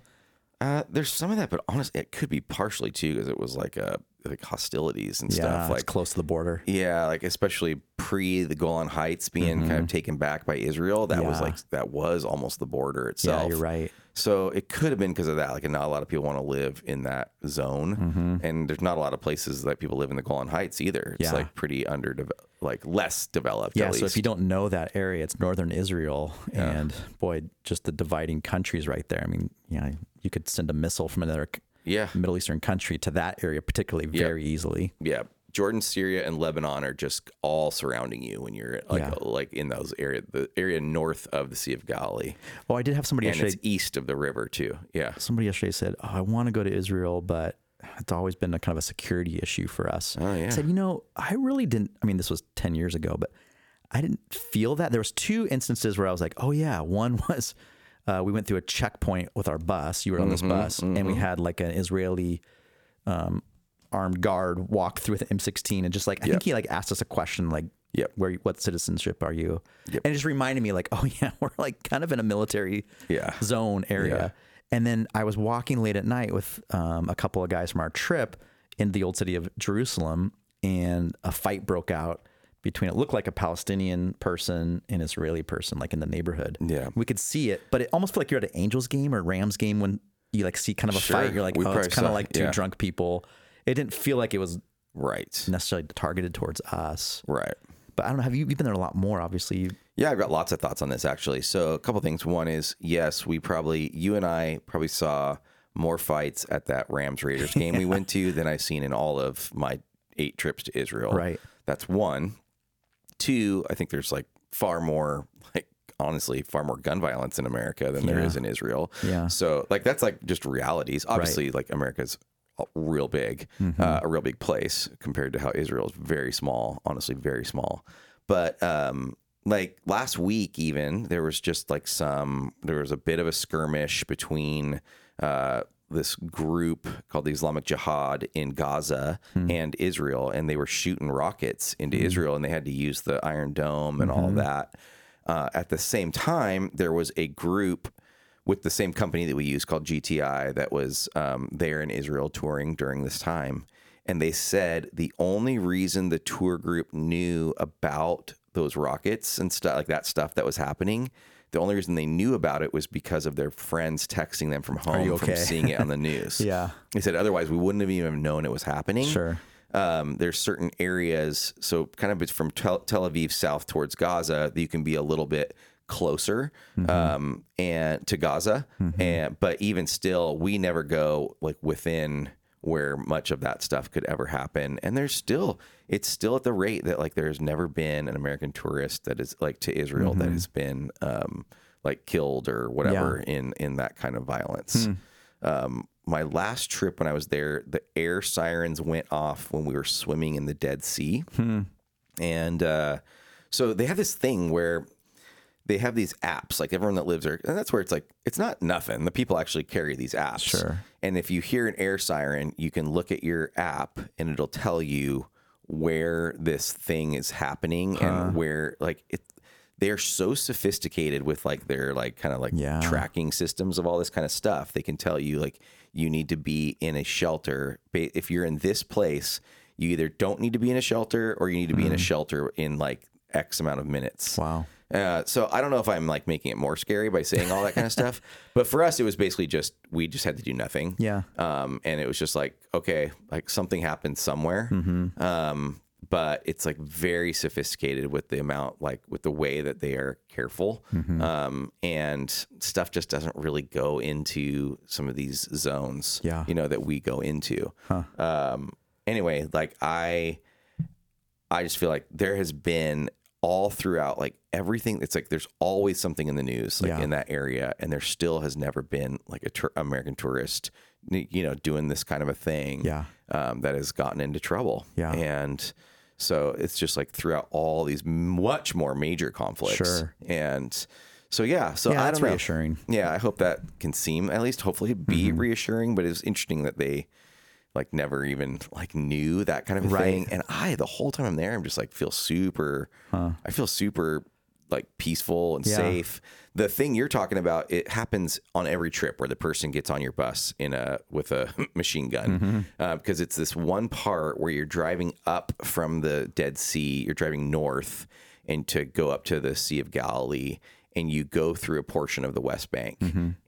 Uh, there's some of that, but honestly, it could be partially too because it was like a like hostilities and stuff. it's Like close to the border. Yeah, like especially pre the Golan Heights being kind of taken back by Israel. That was Mm-hmm. Yeah. like that was almost the border itself. Yeah, you're right. So it could have been because of that. Like, and not a lot of people want to live in that zone, and there's not a lot of places that people live in the Golan Heights either. It's Mm-hmm. Yeah. like pretty underdeveloped, like less developed. Yeah. at So if least. you don't know that area, it's northern Israel, and boy, just the dividing countries right there. I mean, yeah, you could send a missile from another c- yeah, Middle Eastern country to that area, particularly, very easily. yeah. Jordan, Syria, and Lebanon are just all surrounding you when you're like Yeah. like in those area the area north of the Sea of Galilee, Oh, I did have somebody and yesterday it's east of the river too. Yeah, somebody yesterday said, "Oh, I want to go to Israel, but it's always been a kind of a security issue for us." Oh, yeah. I said, "You know, I really didn't. I mean, this was ten years ago, but I didn't feel that. There was two instances where I was like, "Oh yeah." One was uh, we went through a checkpoint with our bus. You were on this Mm-hmm, bus, and we had like an Israeli um, armed guard walk through with an M16, and just like I think he like asked us a question like. Yep. Where what citizenship are you? And it just reminded me like, oh yeah, we're like kind of in a military Yeah. zone area. And then I was walking late at night with um, a couple of guys from our trip in the old city of Jerusalem, and a fight broke out between it looked like a Palestinian person and Israeli person, like in the neighborhood. Yeah. we could see it, but it almost felt like you're at an Angels game or Rams game when you like see kind of a Sure. fight. You're like, We oh, probably it's kind of saw- like two yeah. drunk people. It didn't feel like it was right, necessarily targeted towards us. right. But I don't know. Have you you've been there a lot more? Obviously, Yeah, I've got lots of thoughts on this actually. So, a couple things. One is, yes, we probably, you and I probably saw more fights at that Rams Raiders game we went to than I've seen in all of my eight trips to Israel. Right. That's one. Two, I think there's like far more, like honestly, far more gun violence in America than there Yeah. is in Israel. Yeah. So, like, that's like just realities. Obviously, like America's a- real big, uh, a real big place compared to how Israel is very small, honestly, very small. But, um, like last week, even there was just like some, there was a bit of a skirmish between, uh, this group called the Islamic Jihad in Gaza and Israel, and they were shooting rockets into Israel, and they had to use the Iron Dome and all that. Uh, at the same time, there was a group with the same company that we use called GTI that was um, there in Israel touring during this time. And they said the only reason the tour group knew about those rockets and stuff like that stuff that was happening, the only reason they knew about it was because of their friends texting them from home you okay? from seeing it on the news. Yeah. They said otherwise we wouldn't have even known it was happening Sure. um, there's certain areas, so kind of it's from Tel, Tel Aviv south towards Gaza, that you can be a little bit closer um, and to Gaza, and but even still, we never go like within where much of that stuff could ever happen. And there's still, it's still at the rate that like there's never been an American tourist that is like to Israel that has been um, like killed or whatever in in that kind of violence. Um, my last trip when I was there, the air sirens went off when we were swimming in the Dead Sea, Hmm. and uh, so they have this thing where they have these apps like everyone that lives there and that's where it's like it's not nothing the people actually carry these apps Sure. and if you hear an air siren you can look at your app and it'll tell you where this thing is happening and where like it they're so sophisticated with like their like kind of like Yeah. tracking systems of all this kind of stuff they can tell you like you need to be in a shelter Ba- if you're in this place you either don't need to be in a shelter or you need to be in a shelter in like x amount of minutes Wow. uh, so I don't know if I'm like making it more scary by saying all that kind of stuff, but for us it was basically just we just had to do nothing. Yeah. Um, and it was just like okay, like something happened somewhere. Um, but it's like very sophisticated with the amount, like with the way that they are careful, um, and stuff just doesn't really go into some of these zones. Yeah. You know that we go into. Um, anyway, like I. I just feel like there has been all throughout like everything it's like there's always something in the news like Yeah. in that area and there still has never been like a tour- American tourist n- you know doing this kind of a thing Yeah. um, that has gotten into trouble Yeah. and so it's just like throughout all these much more major conflicts Sure. and so yeah so Yeah, Uh, I that's don't know reassuring. Mm-hmm. yeah I hope that can seem at least hopefully be reassuring but it's interesting that they like never even like knew that kind of a thing. And I, the whole time I'm there, I'm just like feel super. I feel super like peaceful and Yeah. safe. The thing you're talking about, it happens on every trip where the person gets on your bus in a with a machine gun Uh, because it's this one part where you're driving up from the Dead Sea, you're driving north and to go up to the Sea of Galilee. And you go through a portion of the West Bank,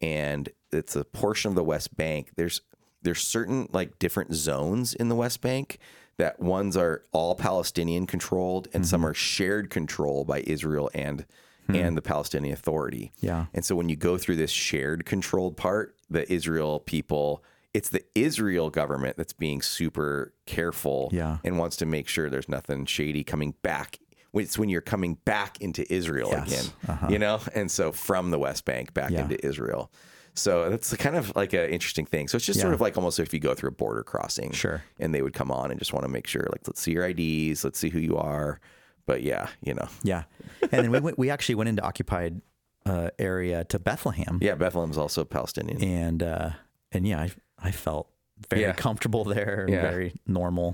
and it's a portion of the West Bank. There's there's certain like different zones in the West Bank that ones are all Palestinian controlled and Mm-hmm. some are shared control by Israel and and the Palestinian Authority. Hmm. Yeah. And so when you go through this shared controlled part, the Israel people, it's the Israel government that's being super careful Yeah. and wants to make sure there's nothing shady coming back. It's when you're coming back into Israel Yes. Uh-huh. again, you know, and so from the West Bank back into Israel. So that's the kind of like an interesting thing. So it's just sort of like almost if you go through a border crossing, Sure. and they would come on and just want to make sure, like, let's see your IDs, let's see who you are. But yeah, you know, Yeah. And then we went, we actually went into occupied uh, area to Bethlehem. yeah, Bethlehem's also Palestinian. and uh and yeah i i felt very Yeah. comfortable there and Yeah. very normal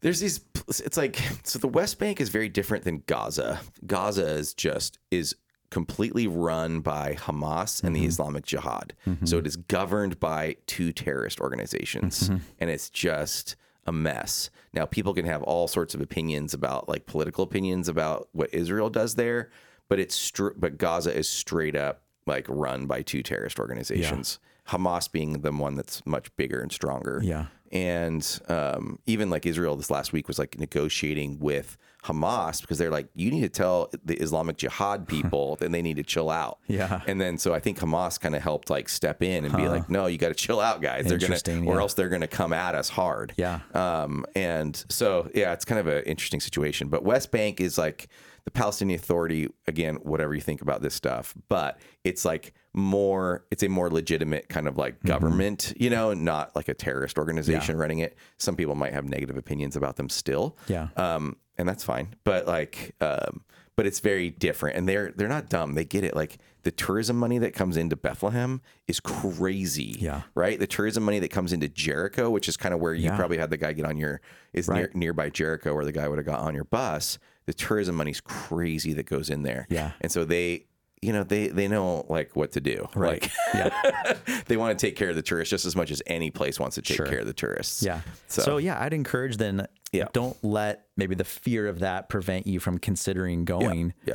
there's these it's like so the west bank is very different than gaza gaza is just is completely run by hamas and the islamic jihad so it is governed by two terrorist organizations and it's just a mess now people can have all sorts of opinions about like political opinions about what israel does there but it's str- but gaza is straight up like run by two terrorist organizations hamas being the one that's much bigger and stronger Yeah. and um, even like Israel this last week was like negotiating with Hamas because they're like, you need to tell the Islamic Jihad people that they need to chill out. Yeah. And then so I think Hamas kind of helped like step in and be like, no, you got to chill out, guys. They're gonna, Interesting, or yeah. else they're gonna come at us hard. Yeah. Um, and so yeah, it's kind of an interesting situation. But West Bank is like the Palestinian Authority again. Whatever you think about this stuff, but it's like more. It's a more legitimate kind of Mm-hmm. like government, you know, not like a terrorist organization running it. Some people might have negative opinions about them still. Yeah. Um, and that's fine. But like, um, but it's very different, and they're they're not dumb. They get it. Like the tourism money that comes into Bethlehem is crazy. Yeah. Right. The tourism money that comes into Jericho, which is kind of where you probably had the guy get on your is near, nearby Jericho, where the guy would have got on your bus. The tourism money's crazy that goes in there. Yeah. And so they. You know they they know like what to do. Right. Like, they want to take care of the tourists just as much as any place wants to take care of the tourists. yeah So, so, yeah i'd encourage then Yeah. don't let maybe the fear of that prevent you from considering going yeah.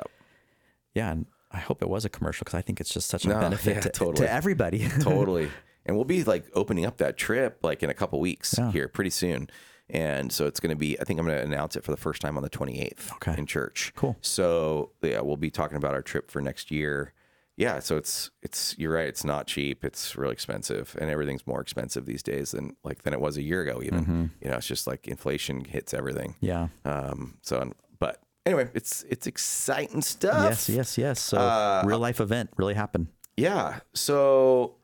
yeah, and i hope it was a commercial because i think it's just such a benefit yeah, to, to totally. everybody totally. And we'll be like opening up that trip like in a couple weeks here pretty soon. And so it's going to be, I think I'm going to announce it for the first time on the 28th Okay. in church. Cool. So yeah, we'll be talking about our trip for next year. Yeah, so it's it's you're right. It's not cheap. It's real expensive, and everything's more expensive these days than like than it was a year ago. Even you know, it's just like inflation hits everything. Mm-hmm. Yeah. Um. So, but anyway, it's it's exciting stuff. Yes, yes, yes. So Uh, real life event really happened. Yeah. So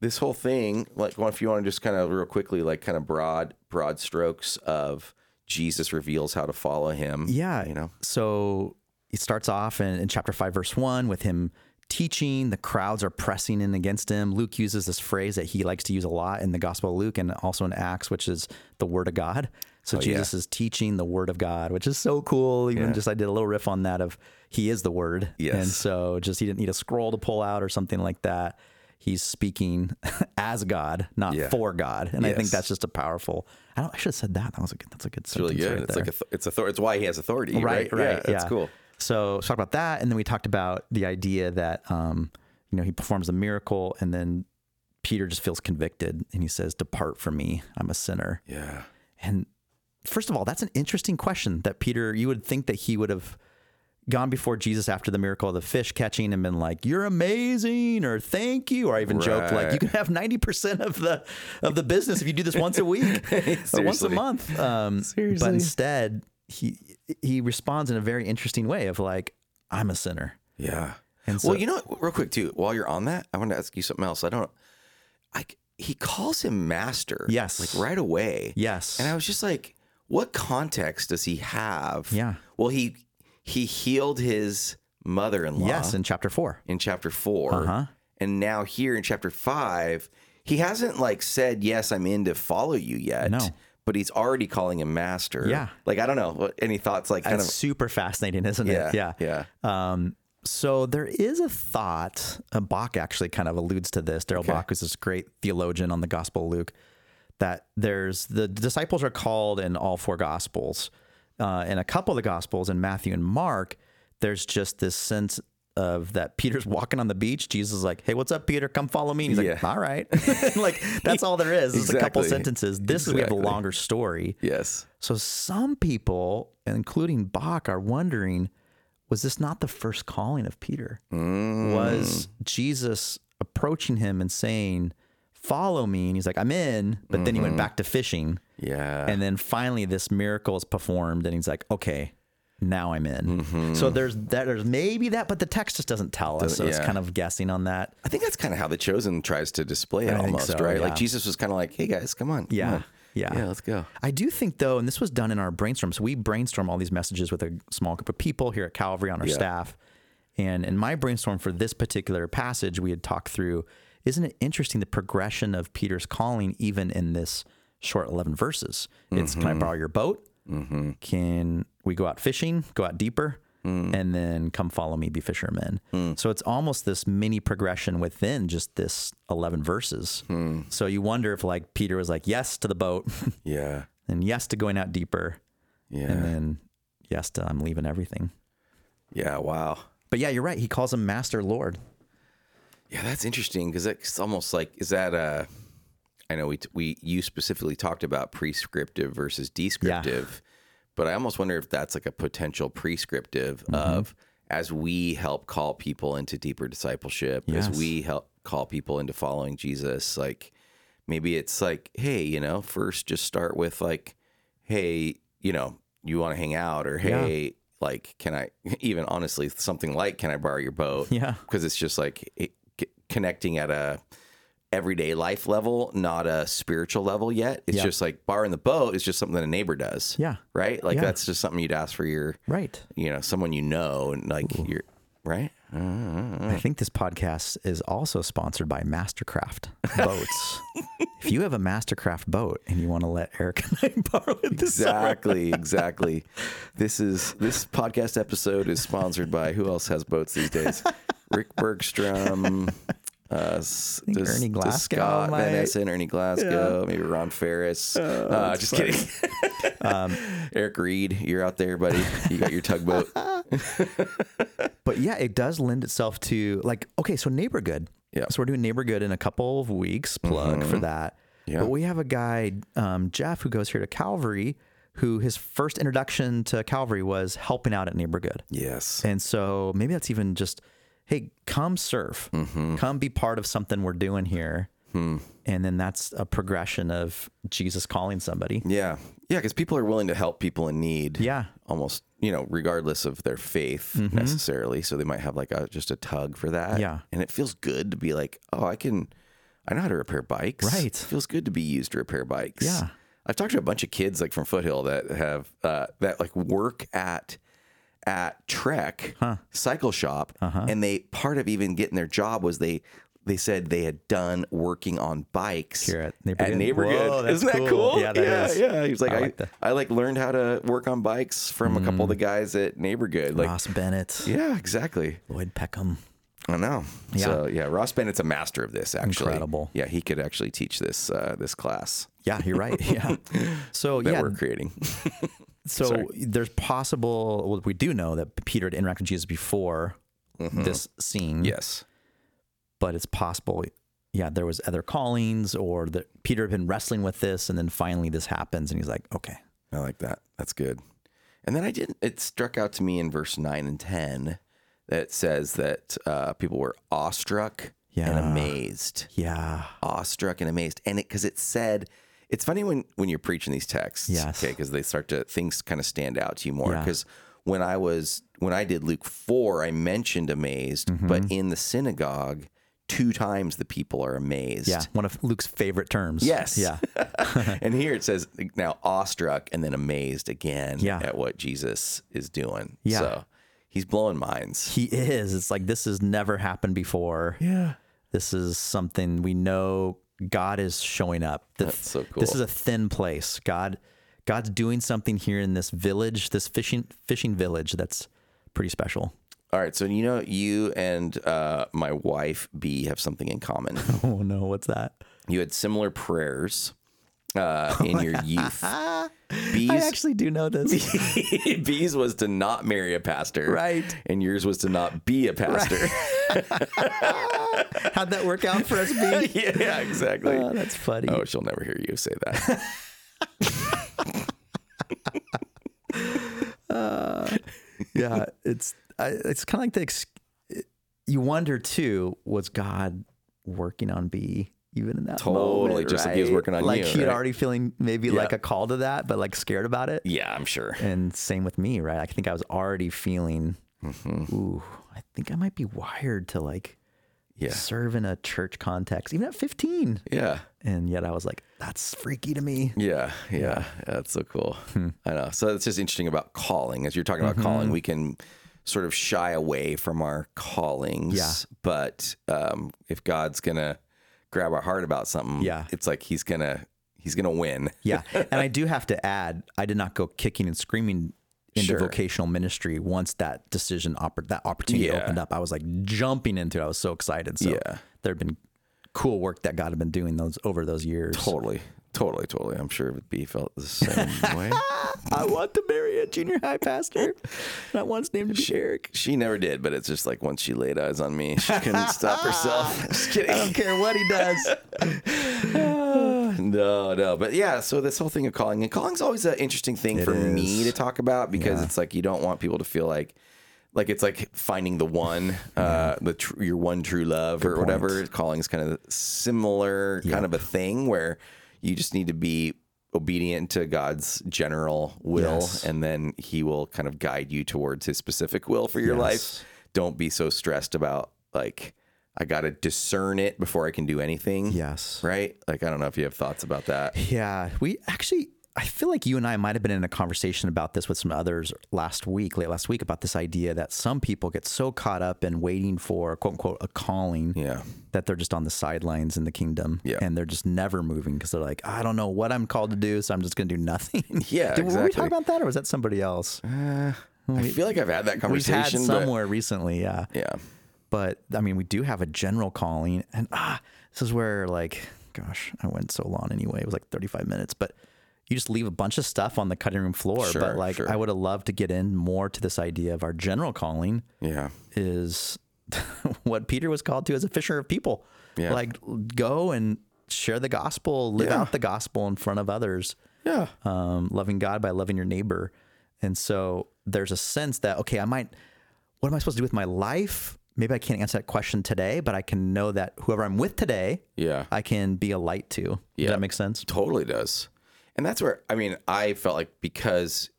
this whole thing, like, well, if you want to just kind of real quickly, like, kind of broad, broad strokes of Jesus reveals how to follow Him. Yeah. You know. So it starts off in, in chapter 5, verse 1 with him teaching. The crowds are pressing in against him. Luke uses this phrase that he likes to use a lot in the Gospel of Luke and also in Acts, which is the Word of God. Oh, So Jesus is teaching the Word of God, which is so cool. Even just I did a little riff on that of he is the Word. Yes. And so just he didn't need a scroll to pull out or something like that. He's speaking as God, not Yeah. for God. And I think Yes. that's just a powerful. I don't. I should have said that. That was a good. That's a good. Really sentence good. Right it's there like a th- it's author- It's why he has authority. right, right. Yeah, That's cool. So, so talked about that, and then we talked about the idea that um, you know he performs a miracle, and then Peter just feels convicted, and he says, "Depart from me, I'm a sinner." Yeah. And first of all, that's an interesting question that Peter. You would think that he would have gone before Jesus after the miracle of the fish catching and been like, "You're amazing," or "Thank you," or I even joked like, Right. "You can have ninety percent of the of the business if you do this once a week or once a Seriously. month." Um, Seriously. But instead, he he responds in a very interesting way of like, "I'm a sinner." Yeah. And so- well, you know, what? real quick too, while you're on that, I want to ask you something else. I don't. I c- he calls him master. Yes. Like right away. Yes. And I was just like, what context does he have? Yeah. Well, he he healed his mother-in-law. yes, in chapter four. in chapter 4 Uh-huh. and now here in chapter five, he hasn't like said, "Yes, I'm in to follow you" yet. No. but he's already calling him master. Yeah. like I don't know. What- Any thoughts? Like kind That's super fascinating, isn't of it? Yeah. yeah, Um, so there is a thought, uh, Bach actually kind of alludes to this. Daryl Bach was this great theologian on the Gospel of Luke, that there's the disciples are called in all four Gospels. Uh, in a couple of the Gospels, in Matthew and Mark, there's just this sense of that Peter's walking on the beach. Jesus is like, hey, what's up, Peter? Come follow me. And he's like, Yeah. all right. like, that's all there is. It's a couple Exactly. sentences. This is, we have a Exactly. longer story. yes, So some people, including Bach, are wondering was this not the first calling of Peter? Was Jesus approaching him and saying, Follow me? And he's like, I'm in. But then he went back to fishing. yeah. And then finally, this miracle is performed, and he's like, Okay. Now I'm in. So there's that. There's maybe that, but the text just doesn't tell us. so it's yeah. kind of guessing on that. I think that's kind of how the chosen tries to display it think almost, so, right? yeah. Like Jesus was kind of like, "Hey guys, come on, come Yeah, on. yeah. yeah, let's go." I do think though, and this was done in our brainstorm. So we brainstorm all these messages with a small group of people here at Calvary on our staff. And in my brainstorm for this particular passage, we had talked through, isn't it interesting the progression of Peter's calling even in this short 11 verses? It's can I borrow your boat? Can we go out fishing, go out deeper? And then come follow me, be fishermen. So it's almost this mini progression within just this 11 verses. So you wonder if, like, Peter was like, yes to the boat, Yeah, and yes to going out deeper, and yeah, then yes to I'm leaving everything. yeah. Wow. But yeah, you're right. He calls him Master Lord. Yeah, that's interesting because it's almost like is that uh I know we t- we you specifically talked about prescriptive versus descriptive, but I almost wonder if that's like a potential prescriptive Mm-hmm. of as we help call people into deeper discipleship, Yes. as we help call people into following Jesus, like maybe it's like, hey, you know, first just start with like, hey, you know, you want to hang out or Yeah. hey, like, can I even honestly something like, can I borrow your boat? Yeah. because it's just like it, c- connecting at a everyday life level, not a spiritual level yet. It's Yeah. just like bar in the boat is just something that a neighbor does. Yeah. Right. Like Yeah. that's just something you'd ask for your, Right. you know, someone you know and like your, right. I think this podcast is also sponsored by Mastercraft boats. if you have a Mastercraft boat and you want to let Eric and I borrow it this summer, Exactly. exactly. This is, this podcast episode is sponsored by who else has boats these days? Rick Bergstrom. Uh, s- does, Ernie does Glasgow Scott might- Oh, Van Essen, Ernie Glasgow, maybe Ron Ferris. uh, just kidding. Um, Eric Reed, you're out there, buddy. You got your tugboat. but yeah, it does lend itself to like okay, so neighbor good. Yeah. Mm-hmm. So we're doing neighbor good in a couple of weeks. Plug for that. Yeah. But we have a guy, um, Jeff, who goes here to Calvary, who his first introduction to Calvary was helping out at Neighbor Good. Yes. And so maybe that's even just, hey, come serve, Mm-hmm. come be part of something we're doing here. Hmm. And then that's a progression of Jesus calling somebody. Yeah. Yeah, because people are willing to help people in need. Yeah. Almost, you know, regardless of their faith necessarily. So they might have like a just a tug for that. Mm-hmm. Yeah. And it feels good to be like, oh, I can, I know how to repair bikes. Right. It feels good to be used to repair bikes. Yeah. I've talked to a bunch of kids like from Foothill that have, uh, that like work at, at Trek cycle shop. Uh-huh. And they, part of even getting their job was they, they said they had done working on bikes Here at Neighbor at Good. Neighbor Whoa, Good. that's Isn't that cool. cool? Yeah, that yeah, is. yeah. He was like, I I, I, like like that. learned how to work on bikes from a couple of the Mm. guys at Neighbor Good. Like, Ross Bennett, yeah, exactly. Lloyd Peckham. I know. So yeah, Ross Bennett's a master of this. Actually, Incredible. Yeah, he could actually teach this uh, this class Yeah, you're right. Yeah. So, that yeah, we're creating. So there's possible. Well, we do know that Peter had interacted with Jesus before Mm-hmm. this scene. yes. but it's possible. Yeah, there was other callings, or that Peter had been wrestling with this, and then finally this happens, and he's like, okay, I like that. That's good. And then I did. It struck out to me in verse nine and ten that it says that uh, people were awestruck and Yeah. amazed. yeah, awestruck and amazed. And it because it said, it's funny when when you're preaching these texts, Yes. okay, because they start to things kind of stand out to you more. Yeah. Because when I was when I did Luke four, I mentioned amazed, Mm-hmm. but in the synagogue, two times the people are amazed. yeah, one of Luke's favorite terms. Yes. yeah, and here it says now awestruck and then amazed again Yeah. at what Jesus is doing. Yeah. So he's blowing minds. he is. It's like this has never happened before. Yeah. This is something we know God is showing up. The- That's so cool. This is a thin place. God, God's doing something here in this village, this fishing fishing village. That's pretty special. All right. So you know you and uh, my wife B have something in common. Oh no, what's that? you had similar prayers uh, Oh, in your youth. Ah, I Bees, actually do know this. Bees was to not marry a pastor, Right. And yours was to not be a pastor. How'd that work out for us, B? yeah, exactly. Oh, that's funny. oh, she'll never hear you say that. Yeah, it's I, it's kind of like the ex- you wonder too. Was God working on B even in that Totally, moment, just like he was right? working on like you, he'd right? already feeling maybe like Yeah. a call to that, but like scared about it. yeah, I'm sure. And same with me, right? I think I was already feeling, Mm-hmm. ooh, I think I might be wired to like Yeah. serve in a church context, even at 15. Yeah. And yet I was like, that's freaky to me. Yeah, yeah, that's so cool. Hmm. I know. So it's just interesting about calling. As you're talking about Mm-hmm. calling, we can sort of shy away from our callings. Yeah. But um, if God's gonna grab our heart about something, Yeah. it's like He's gonna He's gonna win. Yeah. And I do have to add, I did not go kicking and screaming into Sure. vocational ministry once that decision, oppor- that opportunity Yeah. opened up. I was like jumping into it. I was so excited. So Yeah. there had been cool work that God had been doing those over those years. Totally, totally, totally. I'm sure B felt the same way. I want to marry a junior high pastor. And I want his name to be Eric. She never did, but it's just like once she laid eyes on me, she couldn't stop herself. Just kidding. I don't care what he does. No, no, but yeah. So this whole thing of calling and calling's always an interesting thing for me is. to talk about because it's like you don't want people to feel like, like it's like finding the one, uh, the tr- your one true love or whatever. Calling's kind of similar, kind of a thing where you just need to be obedient to God's general will, Yes. and then He will kind of guide you towards His specific will for your Yes. life. Don't be so stressed about like. I got to discern it before I can do anything Yes. right? Like I don't know if you have thoughts about that. Yeah, we actually. I feel like you and I might have been in a conversation about this with some others last week, late last week, about this idea that some people get so caught up in waiting for "quote unquote" a calling Yeah, that they're just on the sidelines in the kingdom, Yeah. and they're just never moving because they're like, I don't know what I'm called to do, so I'm just going to do nothing. Yeah, Did, Were we talking exactly. about that, or was that somebody else? I feel like I've had that We've had conversation. but- somewhere recently, yeah. yeah, But I mean, we do have a general calling, and ah, this is where like, gosh, I went so long anyway. It was like 35 minutes, but you just leave a bunch of stuff on the cutting room floor. Sure, but like, sure. I would have loved to get in more to this idea of our general calling yeah, is what Peter was called to as a fisher of people. Yeah. Like, go and share the gospel, live Yeah. out the gospel in front of others, Yeah. um, loving God by loving your neighbor. And so there's a sense that, okay, I might, what am I supposed to do with my life? Maybe I can't answer that question today, but I can know that whoever I'm with today, Yeah. I can be a light to. Does Yeah. that make sense? Totally does. And that's where I mean, I felt like because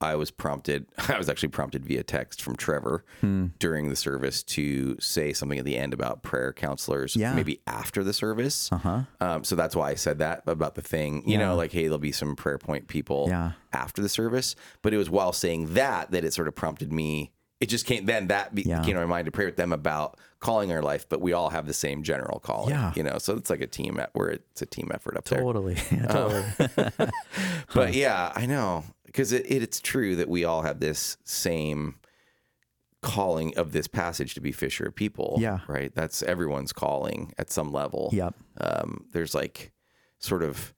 I was prompted, I was actually prompted via text from Trevor Hmm. during the service to say something at the end about prayer counselors, Yeah. maybe after the service. Uh-huh. Um, so that's why I said that about the thing, you know, like, hey, there'll be some prayer point people Yeah. after the service. But it was while saying that that it sort of prompted me. It just came then that be, Yeah. came to my mind to pray with them about calling our life, but we all have the same general calling, Yeah. you know. So it's like a team at where it's a team effort up there. Totally. Yeah, totally. But yeah, I know because it, it, it's true that we all have this same calling of this passage to be fisher of people. Yeah. right. That's everyone's calling at some level. Yep. Um, there's like sort of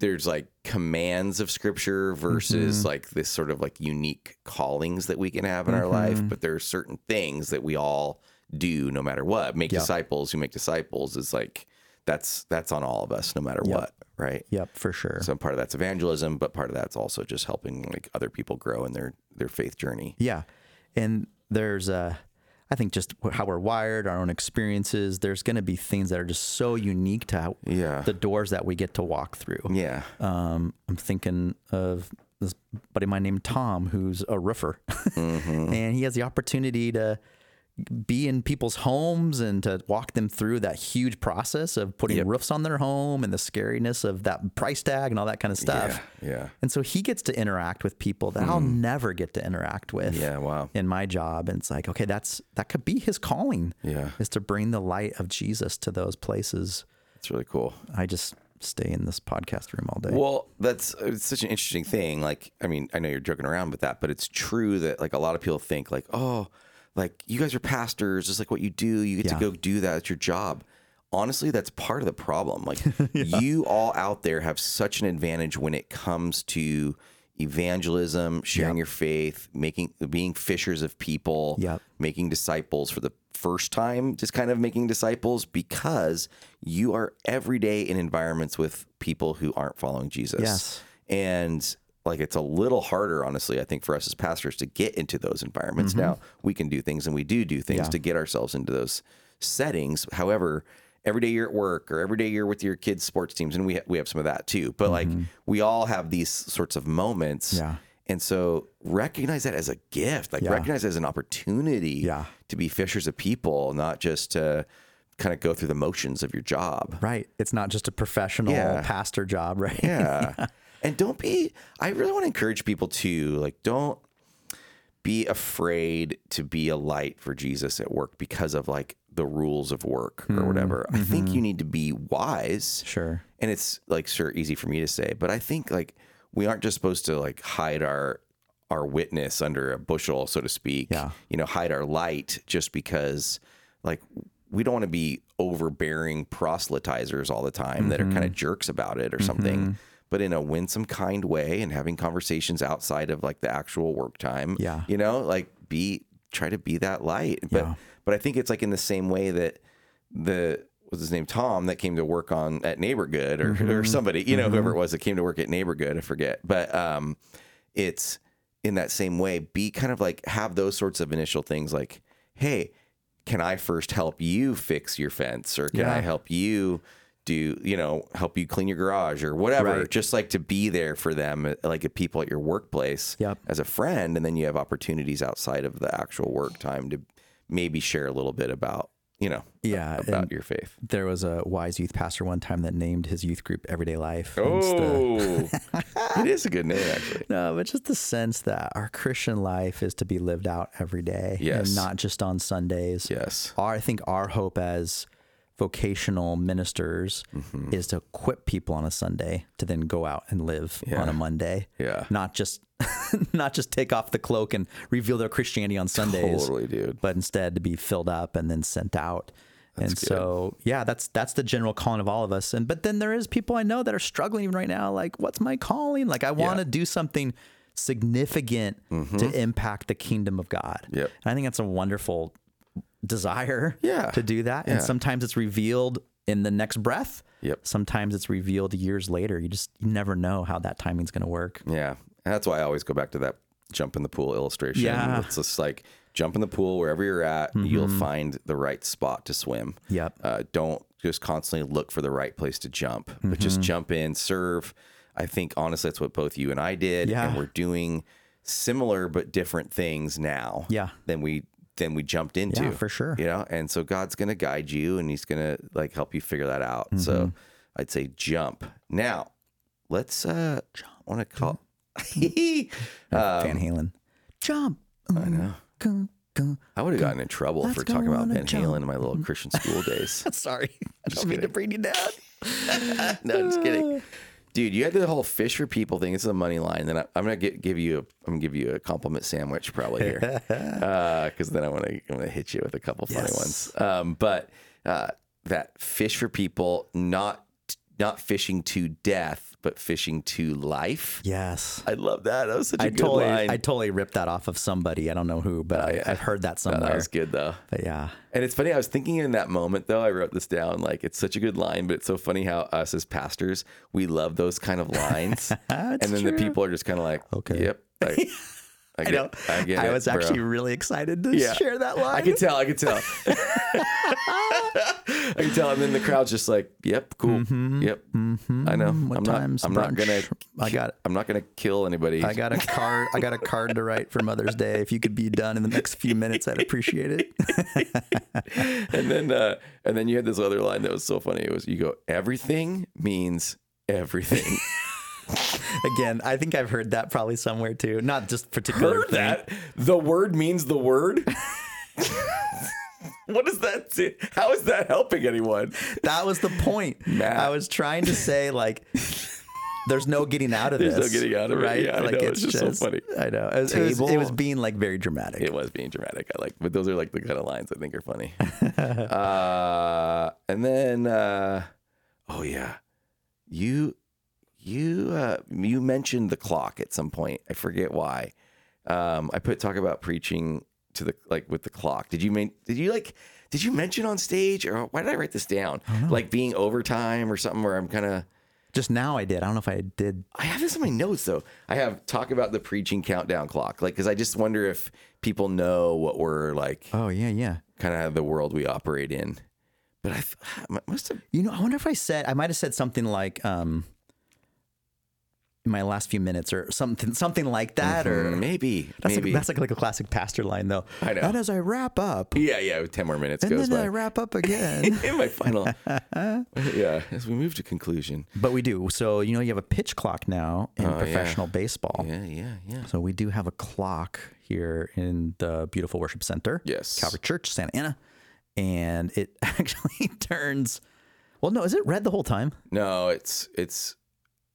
there's like commands of scripture versus Mm-hmm. like this sort of like unique callings that we can have in our life. Mm-hmm. But there are certain things that we all do no matter what. Make Yeah. disciples who make disciples is like that's that's on all of us no matter what. Right. Yep, for sure. So part of that's evangelism, but part of that's also just helping like other people grow in their their faith journey. Yeah. And there's uh I think just wh- how we're wired, our own experiences, there's going to be things that are just so unique to how, Yeah. the doors that we get to walk through. Yeah. Um, I'm thinking of this buddy of mine named Tom, who's a roofer, Mm-hmm. and he has the opportunity to be in people's homes and to walk them through that huge process of putting roofs on their home and the scariness of that price tag and all that kind of stuff. Yeah, yeah. And so he gets to interact with people that I'll never get to interact with Yeah, wow. in my job and it's like okay that's that could be his calling Yeah. is to bring the light of jesus to those places It's really cool. i just stay in this podcast room all day Well, that's it's such an interesting thing. Like, I mean, I know you're joking around with that, but it's true that like a lot of people think like, oh, like you guys are pastors, it's like what you do, you get Yeah. to go do that, it's your job. Honestly, that's part of the problem. Like, you all out there have such an advantage when it comes to evangelism, sharing your faith, making being fishers of people, Yep. making disciples for the first time, just kind of making disciples because you are every day in environments with people who aren't following Jesus. Yes. And like it's a little harder, honestly, I think, for us as pastors to get into those environments. Mm-hmm. Now we can do things and we do do things to get ourselves into those settings. However, every day you're at work or every day you're with your kids' sports teams, and we, ha- we have some of that too. But like we all have these sorts of moments. Mm-hmm. Yeah. And so recognize that as a gift, like recognize it as an opportunity Yeah. to be fishers of people, not just to kind of go through the motions of your job. right it's not just a professional Yeah. pastor job right Yeah. and don't be, I really want to encourage people to, like, don't be afraid to be a light for Jesus at work because of like the rules of work or whatever. I think you need to be wise sure and it's like sure easy for me to say but i think like we aren't just supposed to like hide our our witness under a bushel so to speak Yeah. you know hide our light just because like we don't want to be overbearing proselytizers all the time that are Mm-hmm. kind of jerks about it or something but in a winsome kind way and having conversations outside of like the actual work time Yeah. you know like be try to be that light but Yeah. but i think it's like in the same way that the what's his name Tom that came to work on at Neighborgood or Mm-hmm. or somebody you know whoever it was that came to work at Neighborgood I forget but um it's in that same way be kind of like have those sorts of initial things like hey can I first help you fix your fence or can I Yeah. help you do you know help you clean your garage or whatever Right. just like to be there for them uh, like at people at your workplace Yep. as a friend and then you have opportunities outside of the actual work time to maybe share a little bit about you know yeah about and your faith. there was a wise youth pastor one time that named his youth group everyday life And it's the- Oh, it is a good name, actually. No, but just the sense that our Christian life is to be lived out every day Yes. and not just on Sundays. Yes. Our, I think our hope as vocational ministers Mm-hmm. is to equip people on a Sunday to then go out and live on a Monday. Yeah. Not just not just take off the cloak and reveal their Christianity on Sundays, Totally, dude. but instead to be filled up and then sent out. and so, yeah, that's that's the general calling of all of us. And but then there is people I know that are struggling right now. Like, what's my calling? Like, I want to do something significant to impact the kingdom of God. Mm-hmm. Yep. And I think that's a wonderful desire Yeah. to do that. And sometimes it's revealed in the next breath. Yep. Sometimes it's revealed years later. You just you never know how that timing's going to work. Yeah. And that's why I always go back to that jump in the pool illustration. Yeah. Mm-hmm. It's just like jump in the pool wherever you're at, you'll find the right spot to swim. Yep. Uh, don't just constantly look for the right place to jump, but Mm-hmm. just jump in, serve. I think honestly, that's what both you and I did. Yeah. And we're doing similar but different things now Yeah. than we than we jumped into. Yeah, for sure. You know, and so God's gonna guide you and he's gonna like help you figure that out. So Mm-hmm. I'd say jump. Now let's uh want to call uh, Van Halen. Jump. Um, I know. I would have gotten in trouble Let's for talking go about on a Van Halen jump. Mm-hmm. in my little Christian school days. Sorry. I don't mean to bring you down. no, I'm just kidding. Ah. Dude, you had the whole fish for people thing. It's a money line. Then I, I'm gonna get, give you a I'm gonna give you a compliment sandwich probably here, because then I want to I'm gonna hit you with a couple funny ones. Yes. Um, but uh, that fish for people, not not fishing to death, but fishing to life. Yes. I love that. That was such a I good totally, line. I totally ripped that off of somebody. I don't know who, but I, I've heard Oh, that somewhere. that was good though. But yeah, And it's funny, I was thinking in that moment though, I wrote this down. Like, it's such a good line, but it's so funny how us as pastors, we love those kind of lines. and then the people are just kind of like, okay, Okay. yep. I, I, get, I, know. get I it, was bro. actually really excited to Yeah. share that line. I could tell. I could tell. I could tell. And then the crowd's just like, yep, cool. Mm-hmm. Yep. I know. What I'm time's not, I'm not gonna, brunch? I got- I'm not gonna kill anybody. I got a card. I got a card to write for Mother's Day. If you could be done in the next few minutes, I'd appreciate it. and then uh, and then you had this other line that was so funny. It was you go, everything means everything. Again, I think I've heard that probably somewhere too. Not just particular. heard thing. that the word means the word what does that do? how is that helping anyone That was the point. Matt. I was trying to say like. There's no getting out of There's this. no getting out of it. right? Yeah, I like know. It's just so funny. I know. It was, it was- it was Table. being like very dramatic. it was being dramatic i like but those are like the kind of lines i think are funny uh and then uh oh yeah you you uh you mentioned the clock at some point i forget why um i put talk about preaching to the like with the clock did you mean did you like did you mention on stage or why did i write this down like being overtime or something where i'm kind of Just now I did. I don't know if I did. I have this in my notes though. I have talk about the preaching countdown clock, like because I just wonder if people know what we're like, Oh yeah, yeah. kind of the world we operate in. But I th- I must have. You know, I wonder if I said I might have said something like um in my last few minutes or something something like that Or or maybe, that's Mm-hmm. maybe. like that's like, like a classic pastor line though. I know. And as I wrap up yeah, yeah. with Ten more minutes and goes then I by. wrap up again. in my final, yeah. As we move to conclusion. but we do. So you know you have a pitch clock now in Oh, yeah. professional baseball. Yeah, yeah, yeah. So we do have a clock here in the beautiful worship center. Yes. Calvary Church, Santa Ana. And it actually turns well no, is it red the whole time? No, it's it's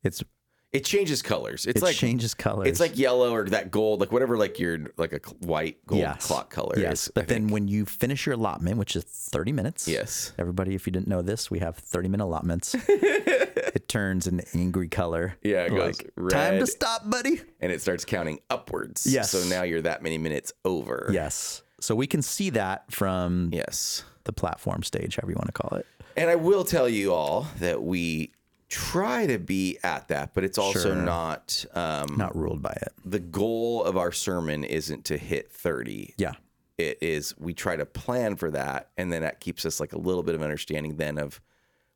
It's it changes colors. It's it like changes colors. it's like yellow or that gold, like whatever, like your like a cl- white gold Yes. clock color. is, Yes, I but then think. when you finish your allotment, which is 30 minutes. yes, Everybody, if you didn't know this, we have 30 minute allotments. it turns an angry color. Yeah, it goes Time to red." stop, buddy. and it starts counting upwards. Yes. So now you're that many minutes over. Yes. So we can see that from Yes. the platform stage, however you want to call it. And I will tell you all that we try to be at that, but it's also Sure. not um, Not ruled by it. the goal of our sermon isn't to hit 30. Yeah. It is we try to plan for that, and then that keeps us like a little bit of understanding then of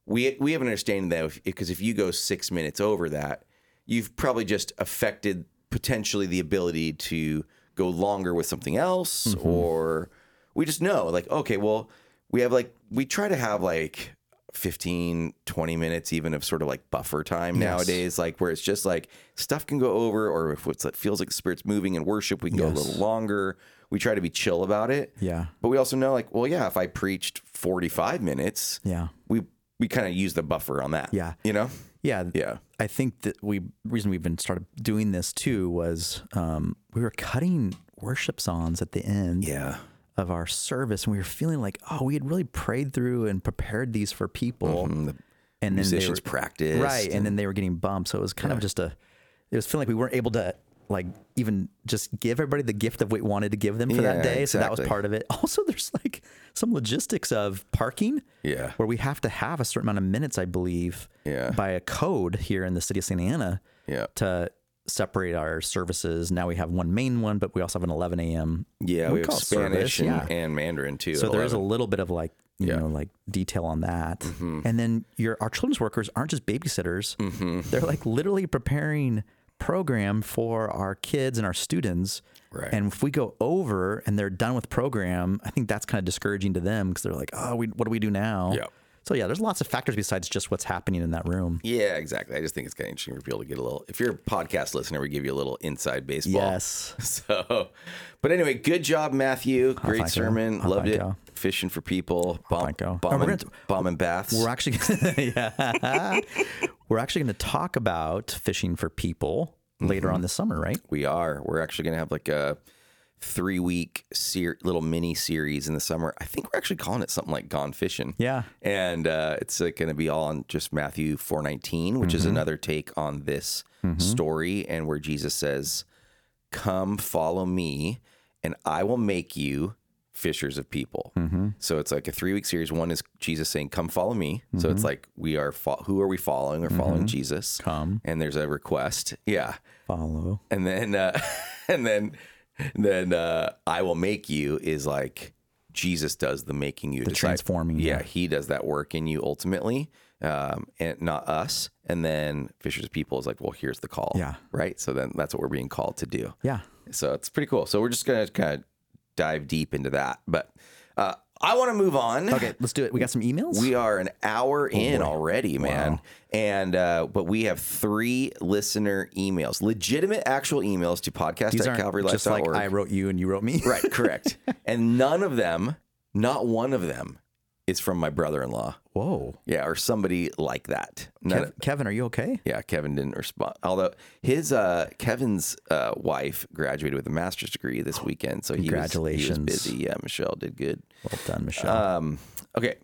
we we have an understanding though because if you go six minutes over that, you've probably just affected potentially the ability to go longer with something else, Mm-hmm. or we just know like okay, well we have like we try to have like 15 20 minutes even of sort of like buffer time nowadays like where it's just like stuff can go over or if it's, it feels like the spirit's moving in worship we can go a Yes. little longer we try to be chill about it Yeah. but we also know, like, well, yeah, if I preached 45 minutes, Yeah. we we kind of use the buffer on that. Yeah. You know? Yeah. Yeah. I think that we reason we've been started doing this too was um, we were cutting worship songs at the end. Yeah. of our service and we were feeling like oh we had really prayed through and prepared these for people and then they were, Musicians practice. right and then they were getting bumped so it was kind of just a it was feeling like we weren't able to like even just give everybody the gift of what we wanted to give them for Yeah, that day so that was exactly. part of it also there's like some logistics of parking. Yeah. Where we have to have a certain amount of minutes, I believe, Yeah. by a code here in the city of Santa Ana Yeah. to separate our services. Now we have one main one, but we also have an 11 a.m. Yeah, we, have call it Spanish service, and, yeah. and Mandarin too. So at there is a 11. little bit of like you know like detail on that, and then your our children's workers aren't just babysitters; they're like literally preparing program for our kids and our students. Right. And if we go over and they're done with program, I think that's kind of discouraging to them because they're like, "Oh, we, what do we do now?" Yep. So yeah, there's lots of factors besides just what's happening in that room. yeah, exactly. I just think it's kind of interesting for people to get a little. If you're a podcast listener, we give you a little inside baseball. Yes. So, but anyway, good job, Matthew. Great thank you. sermon. Oh, Loved thank it. you. Fishing for people. Bomb, thank you. And Oh, we're bombing, gonna- bombing baths. We're actually yeah. we're actually going to talk about fishing for people later on this summer, right? We are. We're actually going to have like a three week ser- little mini series in the summer. I think we're actually calling it something like Gone Fishing. Yeah. And uh, it's like going to be all on just Matthew 419, which is another take on this story and where Jesus says, Come follow me, and I will make you fishers of people. Hmm. Mm-hmm. So it's like a three week series. One is Jesus saying, Come follow me. So it's like, we are, fo- who are we following? We're following Jesus. Come. And there's a request. Yeah Follow. and then uh, and then then uh, I will make you is like Jesus does the making you the transforming, Yeah, yeah. he does that work in you ultimately, um, and not us. And then fishers of people is like, well, here's the call. Yeah. right. So then that's what we're being called to do. Yeah. So it's pretty cool. So we're just gonna kind of dive deep into that, but uh, I want to move on. Okay, Oh, let's do it. We got some emails. We are an hour in already, man. And uh, but we have three listener emails, legitimate actual emails to podcast These at aren't just like I calvarylife.org. wrote you and you wrote me. right, correct. and none of them, not one of them, is from my brother-in-law. Whoa. Yeah, or somebody like that. None Kev- Kevin, are you okay? yeah, Kevin didn't respond. Although his uh, Kevin's uh, wife graduated with a master's degree this weekend, so he was- he was Congratulations. busy. Yeah, Michelle did good. Well done, Michelle. Um, okay.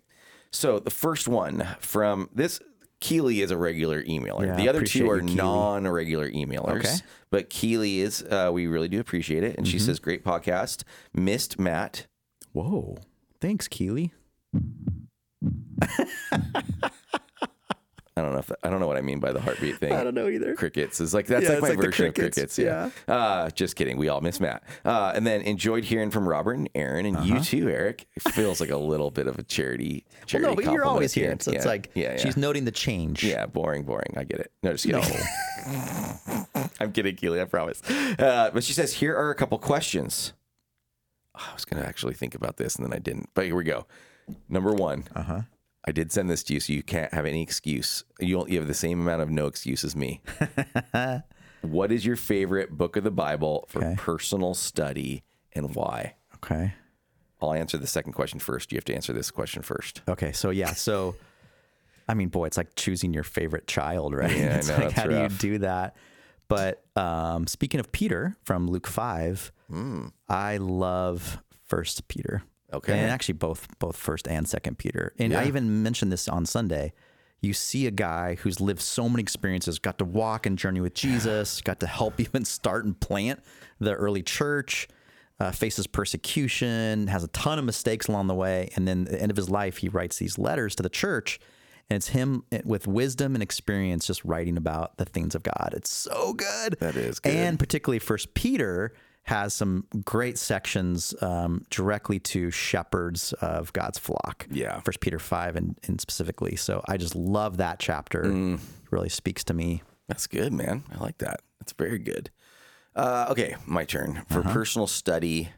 So the first one from this Keely is a regular emailer. Yeah, the other two appreciate are you, Keely. non-regular emailers. Okay. Mm-hmm. But Keely is uh, we really do appreciate it. And she says, Great podcast. Missed Matt. Whoa. Thanks, Keely. I don't know if I don't know what I mean by the heartbeat thing. know either. Crickets is like that's Yeah, like it's my like the version crickets, of crickets. Yeah. Uh, just kidding. We all miss Matt. Uh, and then enjoyed hearing from Robert and Aaron and you too, Eric. It feels like a little bit of a charity. charity Uh-huh. no, but you're compliment always at the here. end. So it's Yeah. like yeah, yeah. she's noting the change. Yeah, boring, boring. I get it. No, just kidding. I'm kidding, Keely. I promise. Uh, but she says, here are a couple questions. Oh, I was going to actually think about this and then I didn't. But here we go. Number one. Uh huh. I did send this to you, so you can't have any excuse. You don't, you have the same amount of no excuse as me. what is your favorite book of the Bible for Okay. personal study and why? Okay. I'll answer the second question first. You have to answer this question first. Okay. So yeah. So, I mean, boy, it's like choosing your favorite child, right? Yeah, I it's know, like it's how rough. do you do that? But um, speaking of Peter from Luke five, I love First Peter. Hmm. Okay. and actually both both First and Second Peter. And I Yeah. even mentioned this on Sunday. You see a guy who's lived so many experiences, got to walk and journey with Jesus, got to help even start and plant the early church, uh, faces persecution, has a ton of mistakes along the way. And then at the end of his life, he writes these letters to the church. And it's him with wisdom and experience just writing about the things of God. It's so good. That is good. And particularly First Peter has some great sections um, directly to shepherds of God's flock. Yeah. First Peter five and, and specifically. So I just love that chapter. Mm. It really speaks to me. That's good, man. I like that. That's very good. Uh, okay, my turn for Uh-huh. personal study.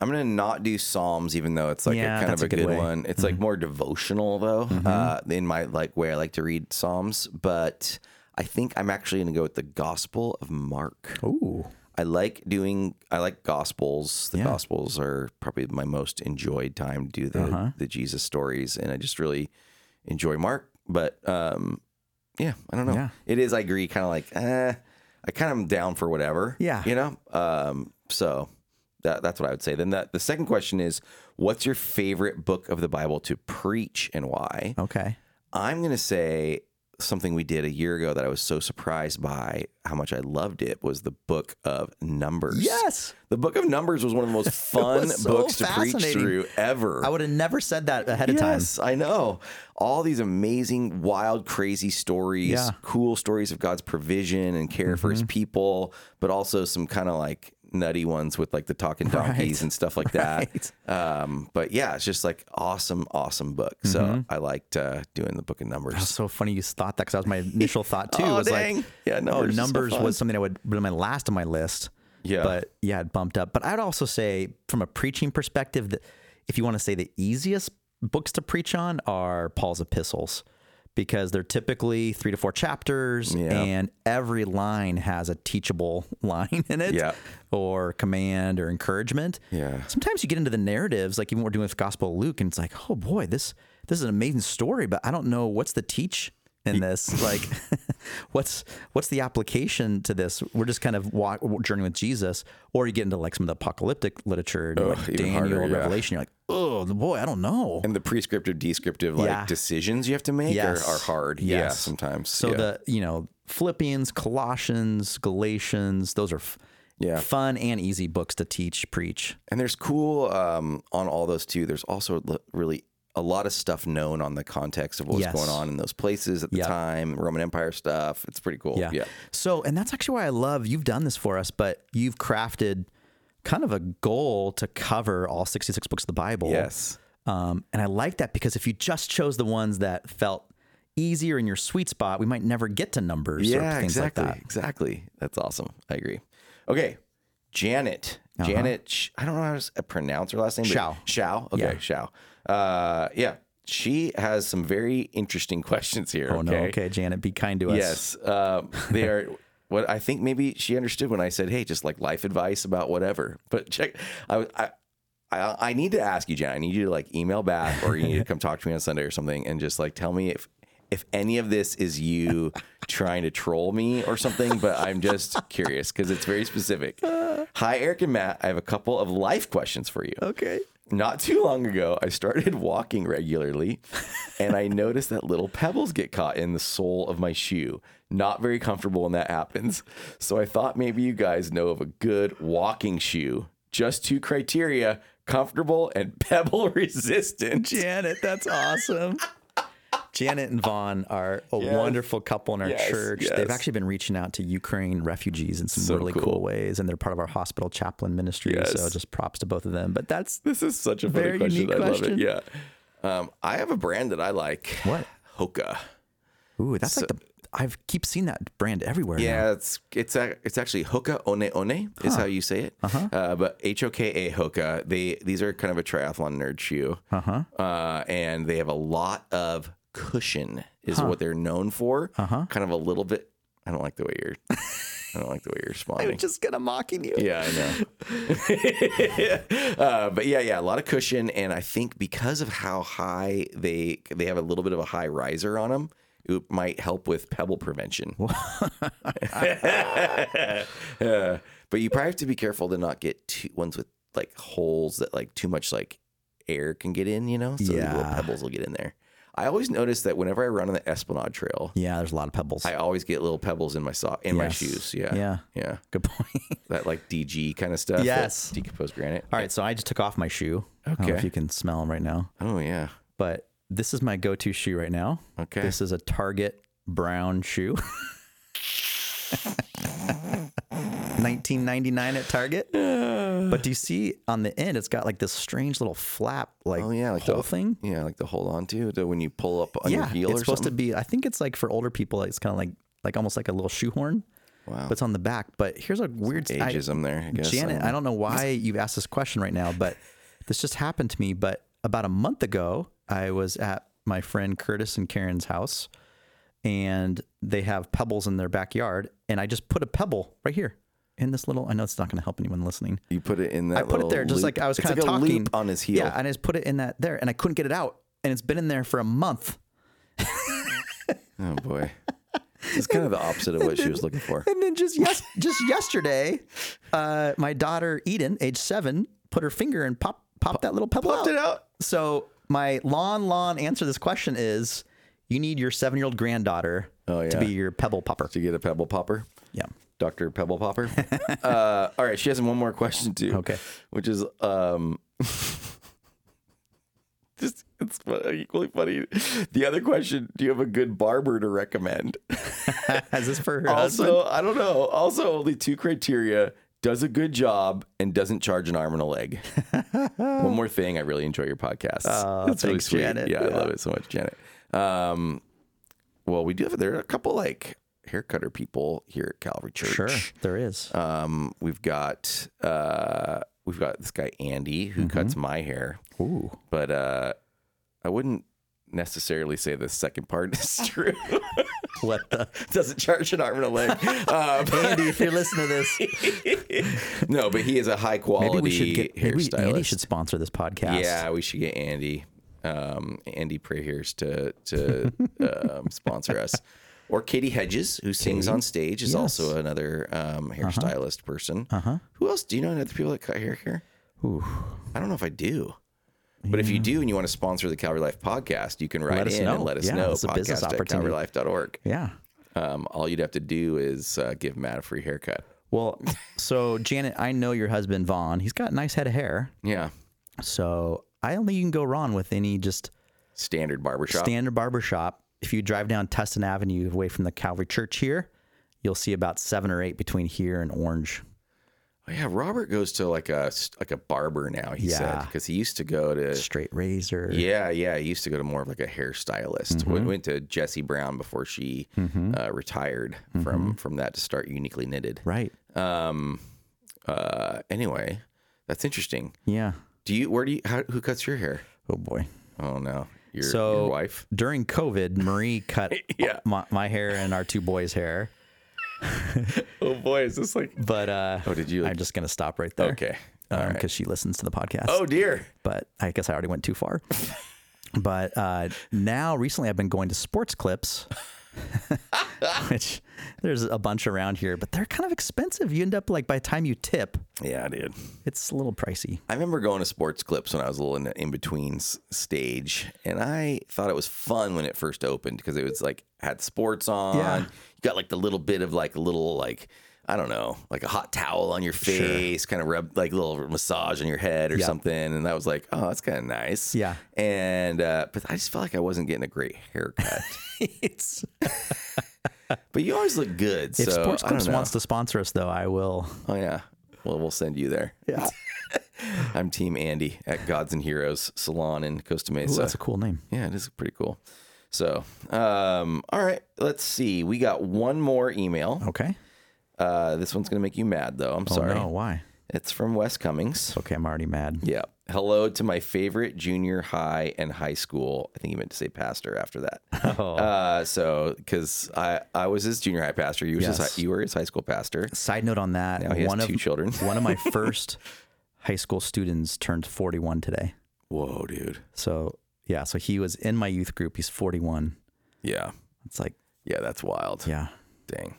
I'm gonna not do Psalms, even though it's like Yeah, a kind of that's a, a good good, way. Mm-hmm. one. It's like more devotional though. Uh, in my like way, I like to read Psalms, but I think I'm actually gonna go with the Gospel of Mark. Ooh. I like doing. I like Gospels. The Yeah. Gospels are probably my most enjoyed time to do the Uh-huh. the Jesus stories, and I just really enjoy Mark. But um, yeah, I don't know. Yeah. It is. I agree. Kind of like, eh, I kind of am down for whatever. Yeah. you know. Um, so that that's what I would say. Then that the second question is, what's your favorite book of the Bible to preach and why? Okay. I'm gonna say something we did a year ago that I was so surprised by how much I loved it was the book of numbers. Yes. The book of numbers was one of the most fun was so books to preach fascinating. through ever. I would have never said that ahead of time. yes, I know. All these amazing, wild, crazy stories, Yeah. Mm-hmm. cool stories of God's provision and care for his people, but also some kind of like nutty ones with like the talking donkeys and stuff like that. Um, but yeah, it's just like awesome, awesome book. Mm-hmm. So I liked uh, doing the book of numbers. So funny you thought that because that was my initial thought too. Oh, was dang. like, Yeah, no, or it's just so numbers fun. was something I would been my last on my list. Yeah. but yeah, it bumped up. But I'd also say, from a preaching perspective, that if you want to say the easiest books to preach on are Paul's epistles because they're typically three to four chapters, Yeah. and every line has a teachable line in it, Yeah. or command or encouragement. Yeah. Sometimes you get into the narratives, like even what we're doing with Gospel of Luke, and it's like, oh boy, this this is an amazing story, but I don't know what's the teach in this. like, what's what's the application to this? We're just kind of walk, journeying with Jesus, or you get into like some of the apocalyptic literature, and you're like even Daniel, harder, yeah. Revelation. You're like, oh boy, I don't know. And the prescriptive, descriptive, like Yeah. decisions you have to make Yes. are, are hard. Yeah, Yes. sometimes. So yeah. the you know Philippians, Colossians, Galatians, those are f- Yeah. fun and easy books to teach, preach. and there's cool um, on all those too. There's also l- really a lot of stuff known on the context of what was Yes. going on in those places at the Yeah. time, Roman Empire stuff. It's pretty cool. Yeah. So, and that's actually why I love you've done this for us, but you've crafted kind of a goal to cover all 66 books of the Bible. Yes. Um, and I like that because if you just chose the ones that felt easier in your sweet spot, we might never get to numbers or Yeah, things exactly. like that. Exactly. That's awesome. I agree. Okay. Janet. Janet, Sh- I don't know how to s- uh, pronounce her last name. but- Uh-huh. Shao. Shao. Okay. Shao. Uh, yeah. She has some very interesting questions here. Oh, no. Okay, Janet, be kind to us. Yes, um, they are. What I think maybe she understood when I said, "Hey, just like life advice about whatever." But check, I, was- I, I, I need to ask you, Jen. I need you to like email back, or you need to come talk to me on Sunday or something, and just like tell me if if any of this is you trying to troll me or something. But I'm just curious because it's very specific. Hi, Eric and Matt. I have a couple of life questions for you. Okay. Not too long ago, I started walking regularly and I noticed that little pebbles get caught in the sole of my shoe. Not very comfortable when that happens. So I thought maybe you guys know of a good walking shoe. Just two criteria comfortable and pebble resistant. Janet, that's awesome. Janet and Vaughn are a Yes. wonderful couple in our Yes, church. yes. They've actually been reaching out to Ukraine refugees in some So really cool. cool. ways, and they're part of our hospital chaplain ministry. So Yes. just props to both of them. But that's This is such a funny Very question. unique I love question. it. Yeah. Um, I have a brand that I like. What? Hoka. ooh, that's like the I've keep seeing that brand everywhere. now. Yeah, it's it's a, it's actually hoka one one is how you say it. Uh-huh. but H O K A hoka. They these are kind of a triathlon nerd shoe. Uh-huh. and they have a lot of cushion is what they're known for. Uh-huh. Kind of a little bit. I don't like the way you're. I don't like the way you're responding. just gonna mocking you. Yeah, I know. uh, but yeah, yeah, a lot of cushion, and I think because of how high they they have a little bit of a high riser on them, it might help with pebble prevention. Uh, but you probably have to be careful to not get too, ones with like holes that like too much like air can get in. You know, so the little Yeah. pebbles will get in there. I always notice that whenever I run on the Esplanade Trail, Yeah, there's a lot of pebbles. I always get little pebbles in my sock in my Yes. shoes. Yeah, Yeah. yeah Good point. that like DG kind of stuff. that Yes. decomposed granite. All right, so I just took off my shoe. I don't know if Okay. you can smell them right now, Oh yeah. but this is my go-to shoe right now. Okay. This is a Target brown shoe. 1999 at Target. But do you see on the end it's got like this strange little flap like, Oh yeah, like whole the thing? Yeah, like to hold on to, to when you pull up on your Yeah. heel It's or supposed to something. be I think it's like for older people it's kind of like like almost like a little shoehorn. Wow. But it's on the back, but here's a weird I- Ageism there, I guess. Janet, I don't know why you've asked this question right now, but this just happened to me. But about a month ago, I was at my friend Curtis and Karen's house, and they have pebbles in their backyard. And I just put a pebble right here in this little. I know it's not going to help anyone listening. You put it in that. I put it there just like I was kind of it's like talking a loop on his heel. Yeah, and I just put it in that there, and I couldn't get it out, and it's been in there for a month. Oh boy. It's kind of the opposite of what she was looking for. And then just yes, just yesterday, uh, my daughter Eden, age seven, put her finger and pop popped that little pebble out. Popped it out. So my lawn lawn answer to this question is you need your seven year old granddaughter Oh, yeah. to be your pebble popper. to get a pebble popper. Yeah. Dr. Pebble Popper. uh, all right, she has one more question too. Okay. Which is um just it's fu- equally funny. The other question, do you have a good barber to recommend? Is this for her husband? also, I don't know. Also only two criteria, does a good job and doesn't charge an arm and a leg. one more thing, I really enjoy your podcast. Oh, thanks, Janet. Yeah, I Yeah. love it so much, Janet. Um well, we do have there are a couple like haircutter people here at Calvary Church. Sure, there is. Um, we've got uh, we've got this guy Andy who Mm-hmm. cuts my hair, Ooh. but uh, I wouldn't necessarily say the second part is true. What the? Doesn't charge an arm and a leg. Uh, but- Andy, if you're listening to this, no, but he is a high quality maybe we should get maybe hairstylist. Andy should sponsor this podcast. yeah, we should get Andy, um, Andy Prayhears to to um, sponsor us. Or Katie Hedges, who sings on stage, is also another um, Uh-huh. hairstylist person. Uh-huh. Who else do you know? Any other people that cut hair here? Ooh. I don't know if I do. But if you do and you want to sponsor the Calvary Life podcast, you can write us in know. and let us Yeah, know. it's a business podcast at opportunity. calvarylife.org. Yeah. Um, all you'd have to do is uh, give Matt a free haircut. Well, so Janet, I know your husband Vaughn. He's got nice head of hair, Yeah. so I don't think you can go wrong with any just Standard barbershop. standard barbershop. If you drive down Tustin Avenue away from the Calvary Church here, you'll see about seven or eight between here and Orange. oh, yeah. Robert goes to like a like a barber now, he said, Yeah. because he used to go to. Straight razor. Yeah, yeah. He used to go to more of like a hairstylist. We went to Jessie Brown before she uh, retired from from that to start Uniquely Knitted. Right. Um. Uh. Anyway, that's interesting. Yeah. Do you? Where do you? How, who cuts your hair? Oh boy. Oh no, your, So- your wife. During COVID, Marie cut Yeah. my, my hair and our two boys' hair. Oh boy, is this like? But uh, Oh, did you? I'm just gonna stop right there. okay. Because she listens to the podcast. Oh dear. But I guess I already went too far. but uh, now, recently, I've been going to sports clips, which there's a bunch around here, but they're kind of expensive. You end up like by the time you tip, Yeah, dude. it's a little pricey. I remember going to sports clips when I was a little in the in between stage, and I thought it was fun when it first opened because it was like had sports on. Yeah. You got like the little bit of like little like I don't know, like a hot towel on your face, kind of rub like a little massage on your head or Yep. something, and that was like, oh, that's kind of nice. Yeah. And uh, but I just felt like I wasn't getting a great haircut. it's but you always look good. if so sports I don't clips know. wants to sponsor us, though, I will. Oh yeah. Well, we'll send you there. Yeah, I'm Team Andy at Gods and Heroes Salon in Costa Mesa. that's a cool name. yeah, it is pretty cool. So, um, all right, let's see. We got one more email. Okay. Uh, this one's gonna make you mad, though. I'm sorry. Oh, No, why? It's from Wes Cummings. Okay, I'm already mad. Yeah. Hello to my favorite junior high and high school. I think he meant to say pastor after that. Oh. Uh, so, because I I was his junior high pastor. You was his Yes. high, you were his high school pastor. Side note on that, Now he has one two of children. one of my first high school students turned 41 today. Whoa, dude. So yeah, so he was in my youth group. He's 41. Yeah. It's like Yeah, that's wild. yeah, Dang.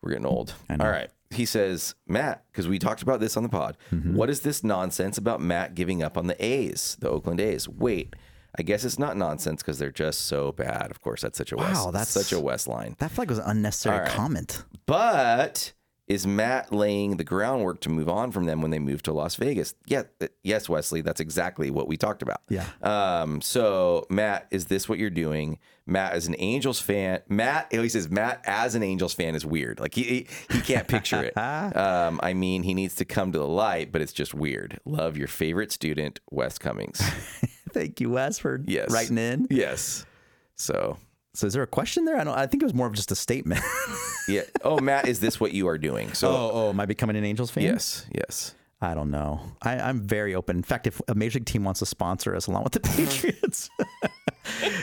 We're getting old. know. All right. He says, Matt, because we talked about this on the pod. Mm-hmm. What is this nonsense about Matt giving up on the A's, the Oakland A's? Wait, I guess it's not nonsense because they're just so bad. Of course, that's such a West. Wow, that's- such a West line. that flag was an unnecessary All right. comment. But is Matt laying the groundwork to move on from them when they move to Las Vegas? Yeah, th- yes, Wesley, that's exactly what we talked about. Yeah. Um, so Matt, is this what you're doing? Matt is an Angels fan. Matt, he says Matt as an Angels fan is weird. Like he he, he can't picture it. um, I mean, he needs to come to the light, but it's just weird. Love your favorite student, Wes Cummings. Thank you, Wes, for Yes. writing in. yes. So So is there a question there? I don't. I think it was more of just a statement. yeah. Oh, Matt, is this what you are doing? So oh, am I becoming an Angels fan? yes, yes. I don't know. I, I'm very open. In fact, if a major league team wants to sponsor us along with the Patriots,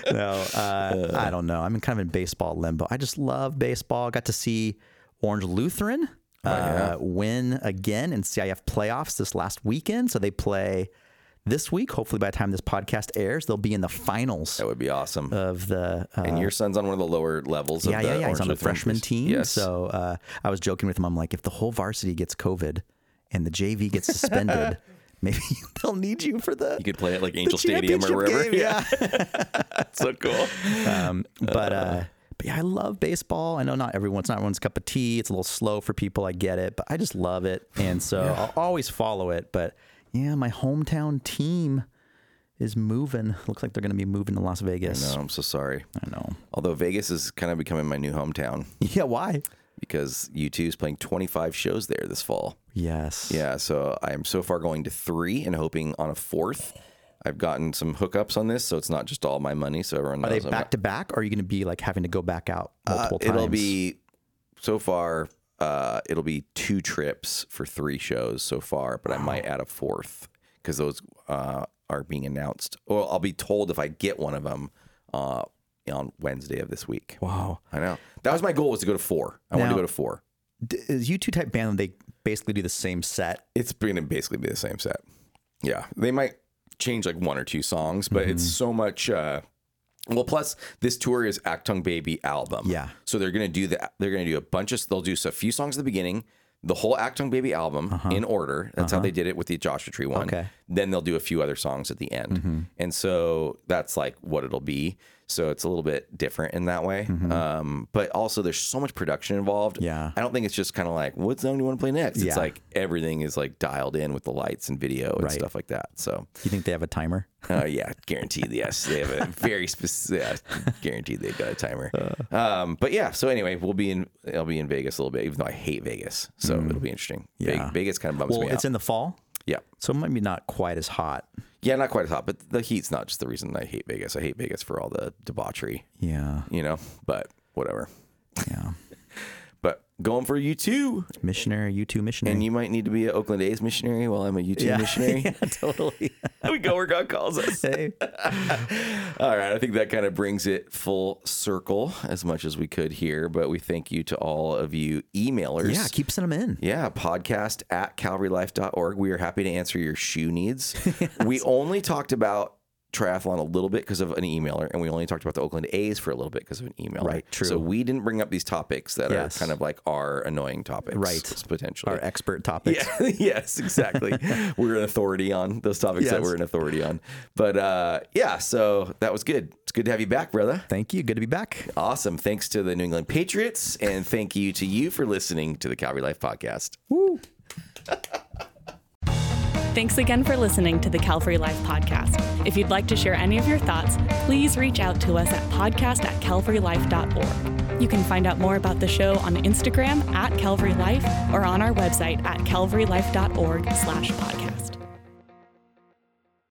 no, uh, I don't know. I'm in kind of in baseball limbo. I just love baseball. Got to see Orange Lutheran uh, win again in CIF playoffs this last weekend. So they play this week. Hopefully, by the time this podcast airs, they'll be in the finals That would be awesome. of the. Uh, And your son's on one of the lower levels yeah, of the yeah, yeah. Orange He's on the Lutheran freshman League. team. Yes. So uh, I was joking with him. I'm like, if the whole varsity gets COVID and the JV gets suspended, maybe they'll need you for the, you could play at like the Angel Stadium or championship wherever. game. Yeah. so cool. but uh, But yeah, I love baseball. I know not everyone, it's not everyone's cup of tea. It's a little slow for people. I get it, but I just love it. And so I'll always follow it. But yeah, my hometown team is moving. Looks like they're going to be moving to Las Vegas. No, I'm so sorry. I know. Although Vegas is kind of becoming my new hometown Yeah, why? because U2 is playing 25 shows there this fall. Yes. Yeah, so I am so far going to three and hoping on a fourth. I've gotten some hookups on this, so it's not just all my money. So everyone Are knows they I'm back to back? Or are you going to be like having to go back out not- multiple Uh, times? It'll be so far. Uh, it'll be two trips for three shows so far, but I might add a fourth because those uh, are being announced. Or I'll be told if I get one of them uh, on Wednesday of this week. Wow. I know that was my goal was to go to four. I want to Now- go to four. D- is U2 type band, they basically do the same set. it's going to basically be the same set. Yeah, they might change like one or two songs, but it's so much. Uh, well, plus this tour is Actung Baby album. Yeah. so they're going to do that. They're going to do a bunch of. They'll do a few songs at the beginning, the whole Actung Baby album in order. That's how they did it with the Joshua Tree one. Uh-huh. Okay. Mm-hmm. Then they'll do a few other songs at the end, and so that's like what it'll be. So it's a little bit different in that way. Um, but also, there's so much production involved. Mm-hmm. Yeah. I don't think it's just kind of like, what song do you want to play next? Yeah. It's like everything is like dialed in with the lights and video and Right. stuff like that. So, You think they have a timer? uh, yeah, guaranteed. Yes, they have a very specific. Yeah, guaranteed they've got a timer. Um, but yeah, so anyway, we'll be in. I'll be in Vegas a little bit, even though I hate Vegas. So it'll be interesting. Ve- Yeah. Vegas kind of bums Well, me out. it's in the fall, yeah, so it might be not quite as hot. yeah, not quite as hot, but the heat's not just the reason I hate Vegas. I hate Vegas for all the debauchery, Yeah. you know. But whatever. Yeah. But going for you too, Missionary, U2 missionary. and you might need to be an Oakland A's missionary while I'm a U two yeah. missionary. yeah, totally. we go where God calls us. Hey. All right. I think that kind of brings it full circle as much as we could here. But we thank you to all of you emailers. Yeah, keep sending them in. Yeah, podcast at calvarylife.org. We are happy to answer your shoe needs. We only talked about triathlon a little bit because of an emailer, and we only talked about the Oakland A's for a little bit because of an emailer. Right, true. So we didn't bring up these topics that Yes. are kind of like our annoying topics. Right. Potentially. Our expert topics. Yeah, yes, exactly. we're an authority on those topics that Yes. we're an authority on. But uh, yeah, so that was good. It's good to have you back, brother. Thank you. Good to be back. Awesome. Thanks to the New England Patriots, and thank you to you for listening to the Calvary Life Podcast. Thanks again for listening to the Calvary Life Podcast. If you'd like to share any of your thoughts, please reach out to us at podcast at calvarylife.org. You can find out more about the show on Instagram at Calvary Life or on our website at calvarylife.org slash podcast.